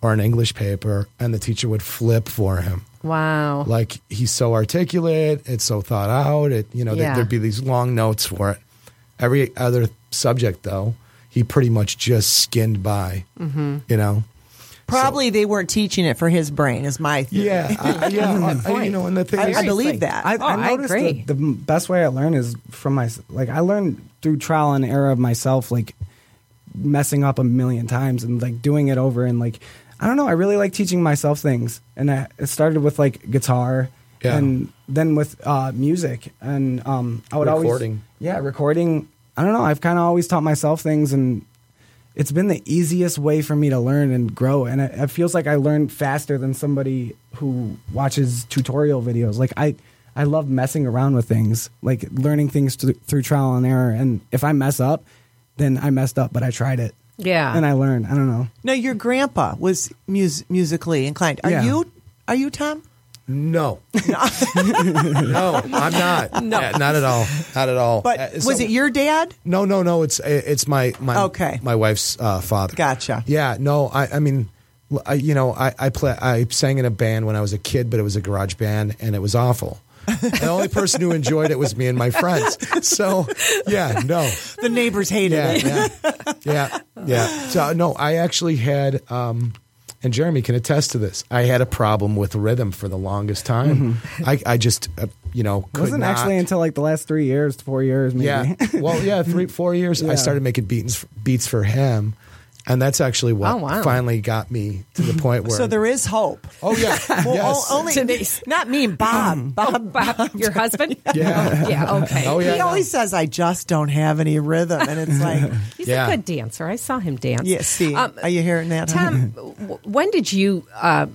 S8: or an English paper, and the teacher would flip for him.
S6: Wow.
S8: Like he's so articulate, it's so thought out. It you know there-
S6: Yeah.
S8: there'd be these long notes for it. Every other subject though, he pretty much just skinned by.
S7: Mm-hmm.
S8: You know.
S7: Probably they weren't teaching it for his brain. Is my theory.
S8: Yeah, *laughs*
S7: *laughs*
S8: I- yeah. I- you know, and the thing
S7: I,
S8: is,
S7: I believe that.
S9: I,
S6: I
S9: I noticed
S6: agree.
S9: The, the m- best way I learn is from my like I learned through trial and error of myself, like messing up a million times and like doing it over and like I don't know. I really like teaching myself things, and I, it started with like guitar,
S8: Yeah.
S9: and then with uh, music, and um, I would always
S8: Recording.
S9: yeah recording. I don't know. I've kind of always taught myself things and. It's been the easiest way for me to learn and grow, and it, it feels like I learn faster than somebody who watches tutorial videos. Like I, I love messing around with things, like learning things through, through trial and error. And if I mess up, then I messed up, but I tried it.
S6: Yeah.
S9: and I learned. I don't know.
S7: No, your grandpa was mus- musically inclined. Are
S9: Yeah.
S7: you Are you Tom? *laughs*
S8: No, no, I'm not. No, not at all. Not at all.
S7: But
S8: Uh,
S7: was
S8: so-
S7: it your dad?
S8: No, no, no. It's it's my my
S7: Okay.
S8: my wife's uh, father.
S7: Gotcha.
S8: Yeah. No, I I mean, l- I, you know, I I play I sang in a band when I was a kid, but it was a garage band, and it was awful. the only person who enjoyed it was me and my friends. So yeah, no,
S7: The neighbors hated
S8: yeah,
S7: it.
S8: yeah, yeah, yeah. So no, I actually had, um, and Jeremy can attest to this. I had a problem with rhythm for the longest time. I, I just, uh, you know, could
S9: Mm-hmm. wasn't
S8: not-
S9: actually until like the last three years, four years, maybe. *laughs*
S8: yeah.
S7: *laughs*
S8: Well, yeah, three, four years. I
S9: Yeah.
S8: started making beats beats for him, and that's actually what
S6: Oh, wow.
S8: finally got me to the point where.
S7: *laughs* So there is hope.
S8: oh yeah,
S7: *laughs* Well,
S8: yes.
S7: o- only
S6: Denise.
S7: not me, Bob. Bob.
S6: Bob, *laughs* your husband?
S8: *laughs* Yeah.
S6: Yeah, okay.
S8: Oh yeah.
S7: he always says, "I just don't have any rhythm," and it's
S8: *laughs*
S7: like,
S6: He's
S8: Yeah.
S6: a good dancer. I saw him dance.
S7: yeah, see,
S6: Um,
S7: are you hearing that?
S8: *laughs*
S7: huh?
S6: Tom, w- when did you uh,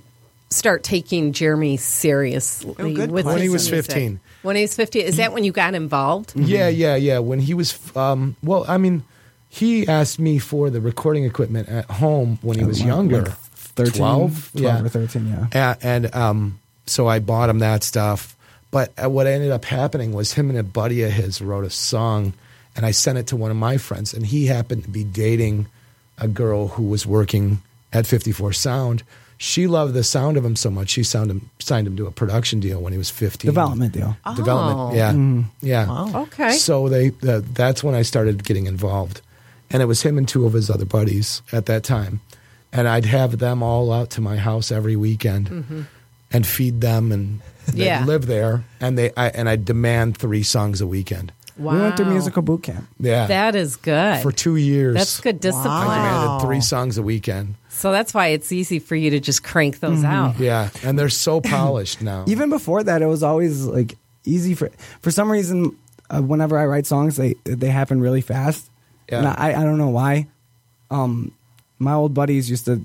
S6: start taking Jeremy seriously?
S7: Oh, good
S6: with
S7: question.
S8: When he
S6: his
S8: was Mm.
S6: music?
S8: 15.
S6: When he was 15. Is that when you got involved?
S9: Mm-hmm.
S8: Yeah, yeah, yeah. When he was, um, well, I mean, he asked me for the recording equipment at home when he was
S9: like
S8: younger,
S9: 13,
S8: 12?
S9: 12 or 13, yeah.
S8: A- and, um, so I bought him that stuff. But uh, what ended up happening was him and a buddy of his wrote a song, and I sent it to one of my friends, and he happened to be dating a girl who was working at 54 Sound. She loved the sound of him so much. She signed him, signed him to a production deal when he was 15.
S9: Development deal.
S8: Development. Yeah. Yeah.
S6: Okay.
S8: So they uh, that's when I started getting involved, and it was him and two of his other buddies at that time, and I'd have them all out to my house every weekend, and feed them and they
S6: Mm-hmm. Yeah.
S8: would live there, and they I, and I demand three songs a weekend.
S6: Wow.
S9: We went through musical boot camp.
S8: Yeah,
S6: That is good.
S8: for two years.
S6: That's good discipline.
S8: I demanded three songs a weekend.
S6: So that's why it's easy for you to just crank those out.
S8: Mm-hmm. Yeah, and they're so polished now.
S9: Even before that, it was always like easy for for some reason. Uh, whenever I write songs, they they happen really fast,
S8: Yeah.
S9: and I I don't know why. Um, my old buddies used to.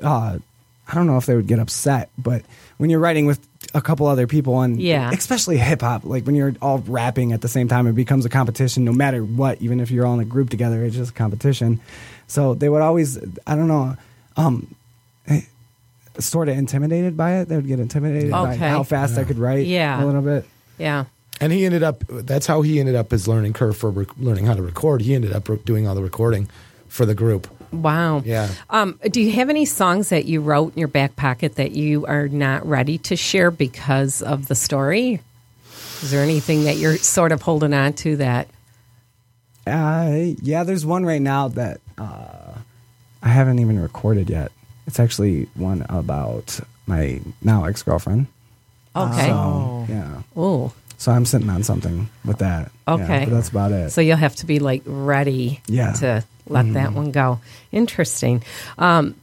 S9: Uh, I don't know if they would get upset, but when you're writing with a couple other people and
S6: Yeah.
S9: especially hip hop, like when you're all rapping at the same time, it becomes a competition no matter what, even if you're all in a group together, it's just a competition. So they would always I don't know, um sort of intimidated by it. They would get intimidated by
S6: Okay.
S9: how fast I could write
S6: Yeah.
S9: a little bit.
S6: Yeah.
S8: And he ended up. That's how he ended up his learning curve for rec- learning how to record. He ended up re- doing all the recording for the group.
S6: Wow.
S8: Yeah.
S6: Um, do you have any songs that you wrote in your back pocket that you are not ready to share because of the story? Is there anything that you're sort of holding on to that?
S9: Uh, yeah, there's one right now that uh, I haven't even recorded yet. It's actually one about my now ex girlfriend.
S7: Um,
S6: Okay.
S9: So, yeah.
S6: Oh.
S9: So I'm sitting on something with that. Yeah,
S6: Okay.
S9: but that's about it.
S6: So you'll have to be like ready
S9: Yeah.
S6: to let
S7: Mm-hmm.
S6: that one go. Interesting. Um,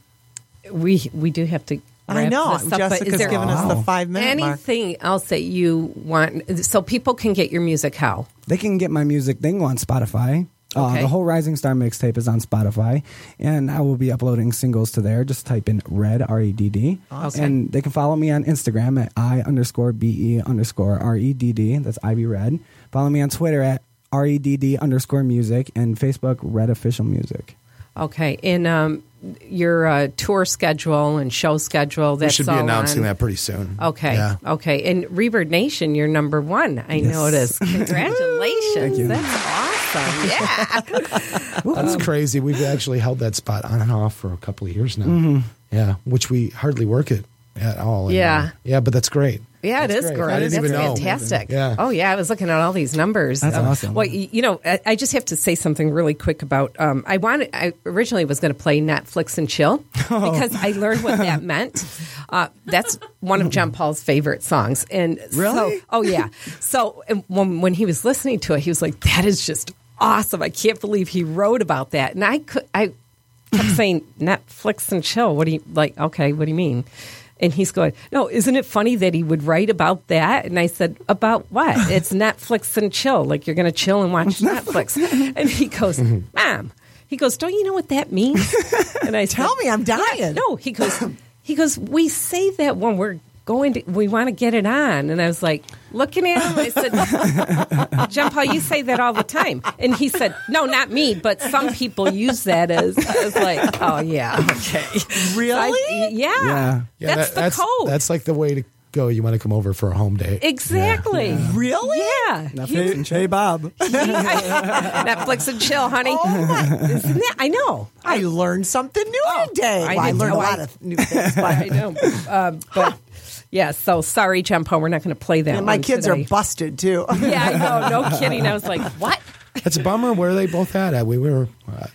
S6: we we do have to.
S7: I
S6: wrap
S7: know
S6: this up, but
S7: Jessica's
S6: is there
S7: giving us the
S9: Wow.
S7: five minute mark.
S6: anything else that you want? So people can get your music how?
S9: they can get my music. They can go on Spotify. Uh,
S6: Okay.
S9: the whole Rising Star mixtape is on Spotify, and I will be uploading singles to there. Just type in Red R E D D,
S6: Awesome.
S9: and they can follow me on Instagram at I underscore B E underscore R E D D. That's Ivy Red. Follow me on Twitter at R E D D underscore music and Facebook Red Official Music.
S6: Okay, and um, your uh, tour schedule and show schedule. That's
S8: we should be
S6: all
S8: announcing
S6: on-
S8: that pretty soon.
S6: Okay. Oh,
S8: Yeah.
S6: Okay. And Rebird Nation, you're number one. I
S9: Yes.
S8: *laughs*
S6: noticed. Congratulations.
S9: Thank you.
S6: That's awesome. Yeah. oh.
S8: That's crazy. We've actually held that spot on and off for a couple of years now. Yeah, which we hardly work it at all. anymore.
S6: Mm-hmm. Yeah.
S8: Yeah, but that's great.
S6: Yeah,
S8: That's
S6: it is great.
S8: I didn't
S6: That's
S8: even know.
S6: fantastic.
S8: Yeah.
S6: Oh yeah, I was looking at all these numbers.
S9: That's
S6: Um,
S9: awesome.
S6: Well, y- you know, I, I just have to say something really quick about. Um, I wanted. I originally was going to play Netflix and
S8: *laughs*
S6: chill
S8: Oh.
S6: because I learned what that meant. Uh, that's one of John Paul's favorite songs, and so
S9: Really?
S6: oh yeah. So and when when he was listening to it, he was like, "That is just awesome! I can't believe he wrote about that." And I could I
S7: *laughs*
S6: kept saying Netflix and chill. What do you like? Okay, what do you mean? And he's going, no, isn't it funny that he would write about that? And I said, about what?
S7: *laughs*
S6: It's Netflix and chill. Like you're going to chill and watch Netflix. and he goes,
S7: Mm-hmm.
S6: mom. He goes, don't you know what that
S7: *laughs*
S6: means? And I
S7: Tell me, I'm dying.
S6: no, he goes. He goes. We say that when we're going to, we want to get it on. And I was like, looking at him, I said, *laughs* John Paul, you say that all the time. And he said, no, not me, but some people use that as, I was like, oh, yeah. Okay. *laughs* Really? yeah.
S9: Yeah.
S8: Yeah,
S6: that's
S8: that-
S6: the code.
S8: That's like the way to go. You want to come over for a home date.
S6: exactly. Really? Yeah.
S9: Hey, hey, Bob.
S6: *laughs* Netflix and chill, honey. Isn't that- I know.
S7: I learned something new today.
S6: Oh, I
S7: Well, I,
S6: didn't
S7: learned a
S6: know I-
S7: lot of
S6: *laughs*
S7: new things. But
S6: I know. Um, but yeah, so sorry, John Paul, we're not going to play that.
S7: and my
S6: one
S7: kids
S6: today.
S7: are busted too.
S6: *laughs*
S7: *laughs*
S6: Yeah, I know. No kidding. I was like, what?
S8: That's a bummer. Where are they both at? Uh, We were. Uh,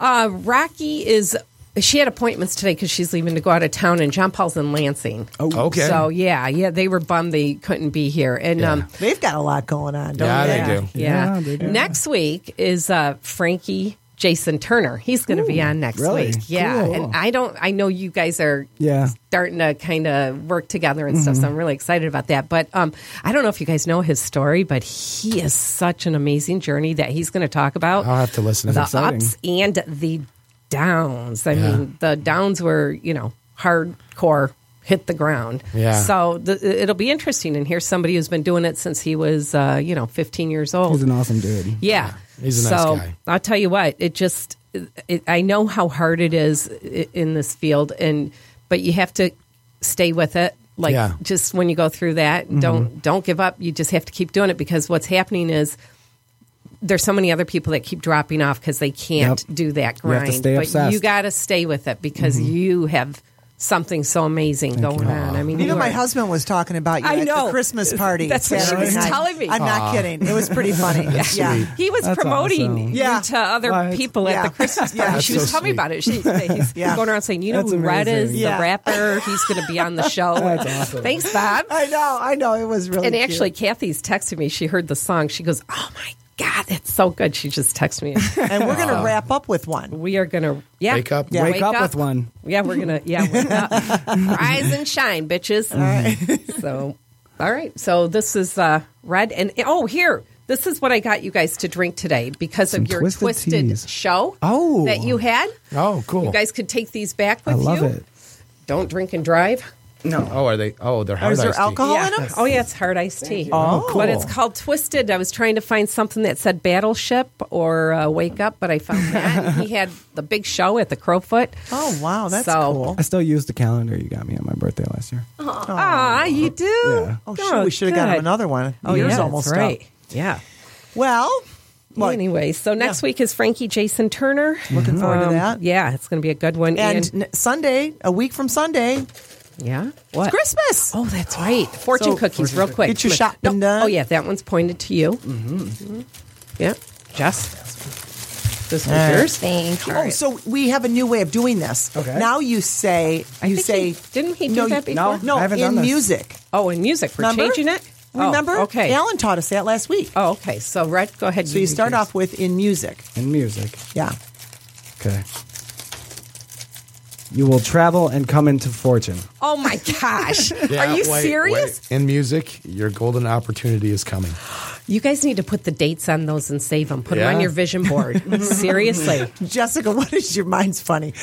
S6: Uh, Rocky is. She had appointments today because she's leaving to go out of town, and John Paul's in Lansing.
S8: Oh, okay.
S6: So yeah, yeah, they were bummed they couldn't be here, and um,
S7: They've got a lot going on, don't
S8: yeah,
S7: they?
S8: Ah, they do.
S6: yeah.
S9: Yeah, they do.
S6: Next week is uh, Frankie Jason Turner. He's going to be on next
S9: really?
S6: week. Yeah,
S9: Cool.
S6: and I don't. I know you guys are
S9: Yeah.
S6: starting to kind of work together and
S8: Mm-hmm.
S6: stuff. So I'm really excited about that. But um, I don't know if you guys know his story, but he is such an amazing journey that he's going to talk about.
S8: I'll have to listen to
S6: the
S8: that.
S6: ups and the downs. I
S8: Yeah.
S6: mean, the downs were you know hardcore, hit the ground.
S8: Yeah.
S6: So the, it'll be interesting. And here's somebody who's been doing it since he was uh, you know 15 years old.
S9: He's an awesome dude.
S6: Yeah.
S8: He's a nice
S6: so,
S8: guy.
S6: I'll tell you what, it just, it, I know how hard it is i- in this field, and but you have to stay with it. Like
S8: Yeah.
S6: just when you go through that, don't don't give up. You just have to keep doing it because what's happening is there's so many other people that keep dropping off because they can't
S9: Yep.
S6: do that
S9: You have to
S6: grind.
S9: stay
S6: but you
S9: obsessed.
S6: got to stay with it because you have something so amazing going on. I mean,
S7: You know, my
S6: are-
S7: husband was talking about you
S6: I
S7: at
S6: know.
S7: the Christmas party.
S6: That's what she
S7: Saturday
S6: was
S7: night.
S6: telling me.
S7: I'm not kidding. It was pretty funny. yeah.
S6: He was
S9: *laughs* That's
S6: promoting
S9: awesome.
S6: you
S7: Yeah.
S6: to other
S9: What?
S6: people at
S7: Yeah.
S6: the Christmas
S7: *laughs*
S6: party.
S7: Yeah.
S8: That's
S6: she was
S8: so
S6: telling me
S8: sweet.
S6: about it. She, he's
S7: *laughs* Yeah.
S6: going around saying, "You know
S9: That's
S6: who Red is,
S9: amazing.
S7: Yeah.
S6: the rapper. He's going to be on
S9: *laughs*
S6: the show."
S9: That's awesome.
S6: Thanks, Bob.
S7: I know. I
S9: *laughs*
S7: know. It was really
S6: And
S7: cute.
S6: actually, Kathy's texting me. She heard the song. She goes, "Oh my god, it's so good." She just texted
S7: *laughs*
S6: me.
S7: and we're going to wrap up with one.
S6: we are going to yeah
S8: Wake up.
S6: Yeah,
S9: Wake up with one.
S6: Yeah, we're gonna yeah wake up.
S9: *laughs*
S6: Rise and shine, bitches. All right. so, all right. So this is uh, red and oh here. This is what I got you guys to drink today because
S9: Some
S6: of your
S9: Twisted
S6: twisted
S9: Teas.
S6: show
S9: Oh.
S6: that you had.
S8: Oh, cool.
S6: You guys could take these back
S9: I
S6: with
S9: love
S6: you.
S9: it.
S6: Don't drink and drive.
S8: Oh, are they? Oh, they're hard
S7: Is there
S8: iced tea.
S7: alcohol
S6: yeah.
S7: in them?
S6: Oh yeah, it's hard iced tea.
S7: Oh,
S6: But
S7: cool.
S6: it's called Twisted. I was trying to find something that said Battleship or uh, Wake Up, but I found that.
S9: *laughs*
S6: And he had the big show at the Crowfoot.
S7: Oh, wow. That's
S6: So-
S7: cool.
S9: I still use the calendar you got me on my birthday last year.
S6: Ah, you do.
S7: Oh, shoot. We should have gotten
S6: good.
S7: another one.
S6: Oh, yeah,
S7: Yours
S6: that's
S7: almost up.
S6: right. Yeah.
S7: Well, look,
S6: anyway, so next week is Frankie Jason Turner.
S7: looking forward to that.
S6: Mm-hmm. Um, Yeah, it's going to be a good one.
S7: And, n- Sunday, a week from Sunday,
S6: yeah, what?
S7: Christmas.
S6: Oh, that's
S7: *gasps*
S6: right. Fortune
S7: So-
S6: cookies, real quick.
S7: Get your
S6: Come on.
S7: shopping done.
S6: Oh yeah, that one's pointed to you. Mm-hmm. Yeah, Jess. This was
S7: All right.
S6: yours. Thank you.
S7: Oh, so we have a new way of doing this.
S9: Okay.
S7: Now you say
S6: I
S7: you
S6: think
S7: say
S6: he- didn't he do
S7: no,
S6: that
S7: you-
S6: before?
S7: No,
S9: I haven't
S7: in
S9: done this.
S7: music.
S6: oh, and music. We're
S7: Remember?
S6: changing it. Oh,
S7: Remember?
S6: okay.
S7: Alan taught us that last week.
S6: Oh, okay. So, Red, go ahead.
S7: so you
S6: do
S7: start
S6: yours.
S7: off with in music.
S9: And music.
S7: Yeah.
S9: Okay. You will travel and come into fortune.
S6: Oh my
S7: *laughs*
S6: gosh!
S8: Yeah,
S6: Are you
S8: wait, wait.
S6: serious?
S8: In music, your golden opportunity is coming.
S6: You guys need to put the dates on those and save them. Put them
S8: Yeah.
S6: on your vision *laughs* board. *laughs* Seriously.
S7: Jessica, *laughs* what is your mind's funny?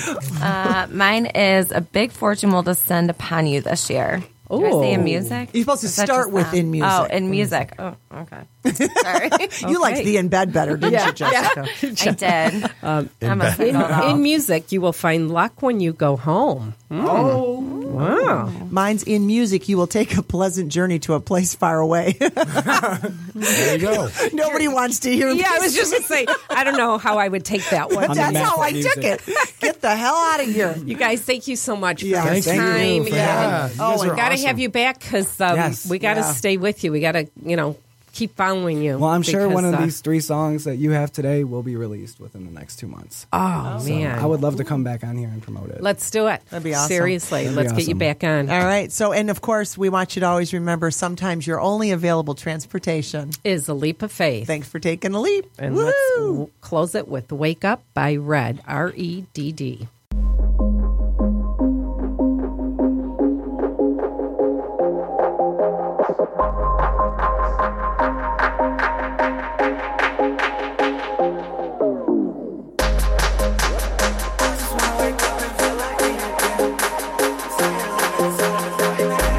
S10: Uh, mine is a big fortune will descend upon you this year. Did I say
S6: Ooh.
S10: in music?
S7: You're supposed to
S10: Is that
S7: start
S10: just
S7: with
S10: that?
S7: in music.
S10: Oh, in music. Oh, okay.
S7: *laughs*
S10: Sorry.
S7: You liked
S6: Okay.
S7: the in bed better,
S6: *laughs*
S7: didn't you, Jessica?
S10: I did.
S7: Um,
S10: I'm a
S6: In,
S10: fickle doll.
S6: in music, you will find luck when you go home. Oh, wow!
S7: Mine's in music. You will take a pleasant journey to a place far away. *laughs*
S8: There you go.
S7: Nobody wants to hear.
S6: Yeah, I
S7: this.
S6: was just gonna say, I don't know how I would take that
S7: But
S6: one.
S9: the
S7: that's
S9: map
S7: how
S9: of
S7: I
S9: music.
S7: took it. Get the hell out of here.
S6: You guys, thank you so much
S7: Yeah.
S6: for your
S8: Thank you.
S6: time.
S8: for-
S7: Yeah.
S8: yeah. you guys
S7: Oh, and
S8: are
S6: gotta
S8: awesome.
S6: have you back because um,
S9: Yes.
S6: we gotta
S7: Yeah.
S6: stay with you. We gotta, you know, keep following you.
S9: Well, I'm sure
S6: because,
S9: one of
S6: uh,
S9: these three songs that you have today will be released within the next two months.
S6: Oh man,
S9: I would love to come back on here and promote it.
S6: Let's do it.
S7: That'd be awesome.
S6: Seriously,
S9: That'd be
S6: let's get you
S9: awesome.
S6: back on.
S7: All right. So, and of course, we want you to always remember sometimes your only available transportation.
S6: Is a leap of faith.
S7: Thanks for taking a leap.
S6: And
S7: Woo!
S6: let's w- close it with Wake Up by Red, R E D D.
S5: Just wanna wake up and feel like me again. Say you're looking so fine.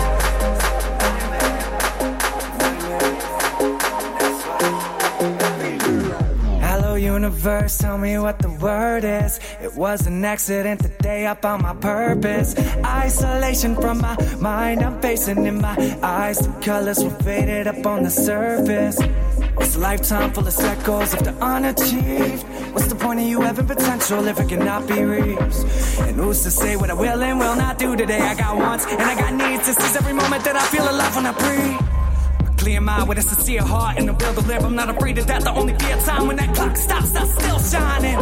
S5: universe, tell me what the word is. It was an accident today, I found my purpose. Isolation from my mind, I'm facing in my eyes. The colors were faded up on the surface. This lifetime full of cycles of the unachieved. What's the point of you having potential if it cannot be reached? And who's to say what I will and will not do today? I got wants and I got needs. This is every moment that I feel alive when I breathe. Clear mind with a sincere heart and a will to live. I'm not afraid of death. The only fear of time when that clock stops, I'm still shining.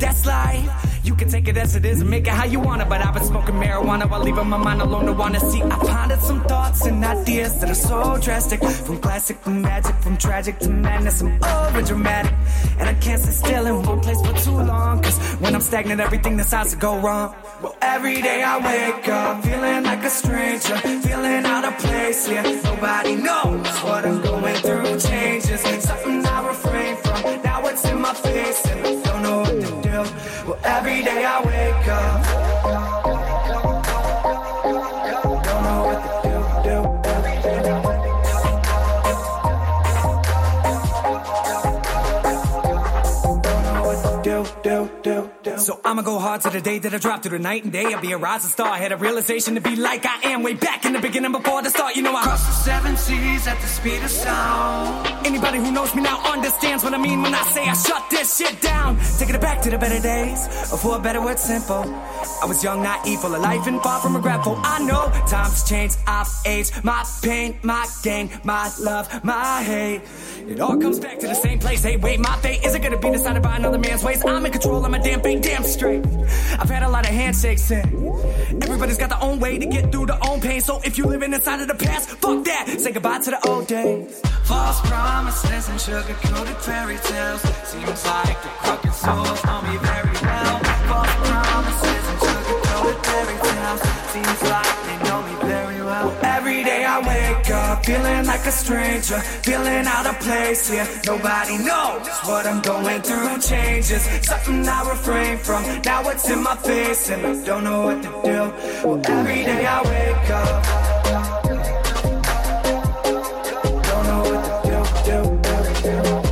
S5: That's life. You can take it as it is and make it how you want it. But I've been smoking marijuana while leaving my mind alone to wanna see. I pondered some thoughts and ideas that are so drastic. From classic to magic, from tragic to madness, I'm over dramatic. And I can't sit still in one place for too long. Cause when I'm stagnant, everything decides to go wrong. Well, every day I wake up feeling like a stranger, feeling out of place. Yeah, nobody knows what I'm going through. Changes something I refrain from. Now it's in my face, and I don't know what to do. Well, every day I wake up. Don't know what to do, do. So I'ma go hard to the day that I drop to the night and day. I'll be a rising star. I had a realization to be like I am way back in the beginning before the start. You know I crossed the seven seas at the speed of sound. Anybody who knows me now understands what I mean when I say I shut this shit down. Taking it back to the better days, or for a better word, simple. I was young, naive, full of life and far from regretful. I know times change, I've aged. My pain, my gain, my love, my hate. It all comes back to the same place. Hey, wait, my fate isn't gonna be decided by another man's ways. I'm in control of my damn fate, damn straight. I've had a lot of handshakes and everybody's got their own way to get through their own pain. So if you living inside of the past, fuck that. Say goodbye to the old days. False promises and sugar-coated fairy tales. Seems like the crooked souls know me very well. False promises and sugar-coated fairy tales. Seems like they know me very well. Every day I wake up feeling like a stranger, feeling out of place. Yeah, nobody knows what I'm going through. Changes something I refrain from. Now it's in my face and I don't know what to do. Well, every day I wake up. Don't know what to do, do, do, do.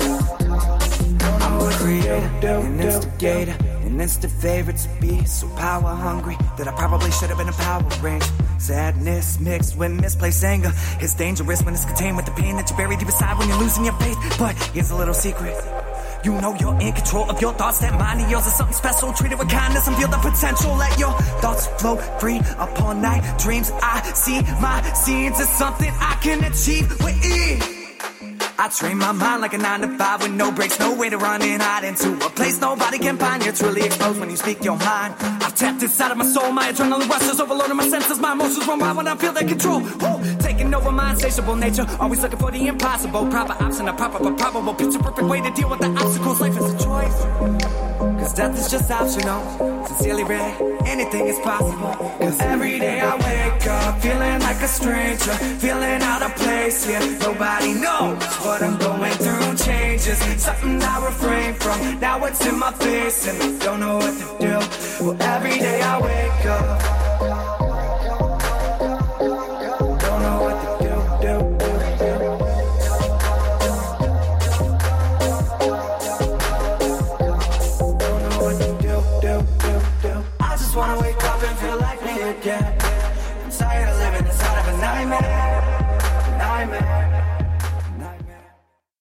S5: I'm a creator, an instigator, an instant favorite to be so power hungry that I probably should have been a power range. Sadness mixed with misplaced anger. It's dangerous when it's contained with the pain that you bury deep inside when you're losing your faith. But here's a little secret. You know you're in control of your thoughts, that mind of yours is something special. Treat it with kindness and feel the potential. Let your thoughts flow free upon night dreams. I see my scenes as something I can achieve with ease. I train my mind like a nine to five with no breaks, no way to run and hide into a place nobody can find. You're truly exposed when you speak your mind. I've tapped inside of my soul, my adrenaline rushes, overloading my senses, my emotions run wild when I feel that control. Woo! Taking over my insatiable nature, always looking for the impossible. Proper option, a proper but probable picture, perfect way to deal with the obstacles. Life is a choice. Cause death is just optional. Sincerely read, anything is possible. Cause every day I wake up feeling like a stranger, feeling out of place. Yeah, nobody knows what I'm going through. Changes something I refrain from. Now it's in my face, and I don't know what to do. Well, every day I wake up.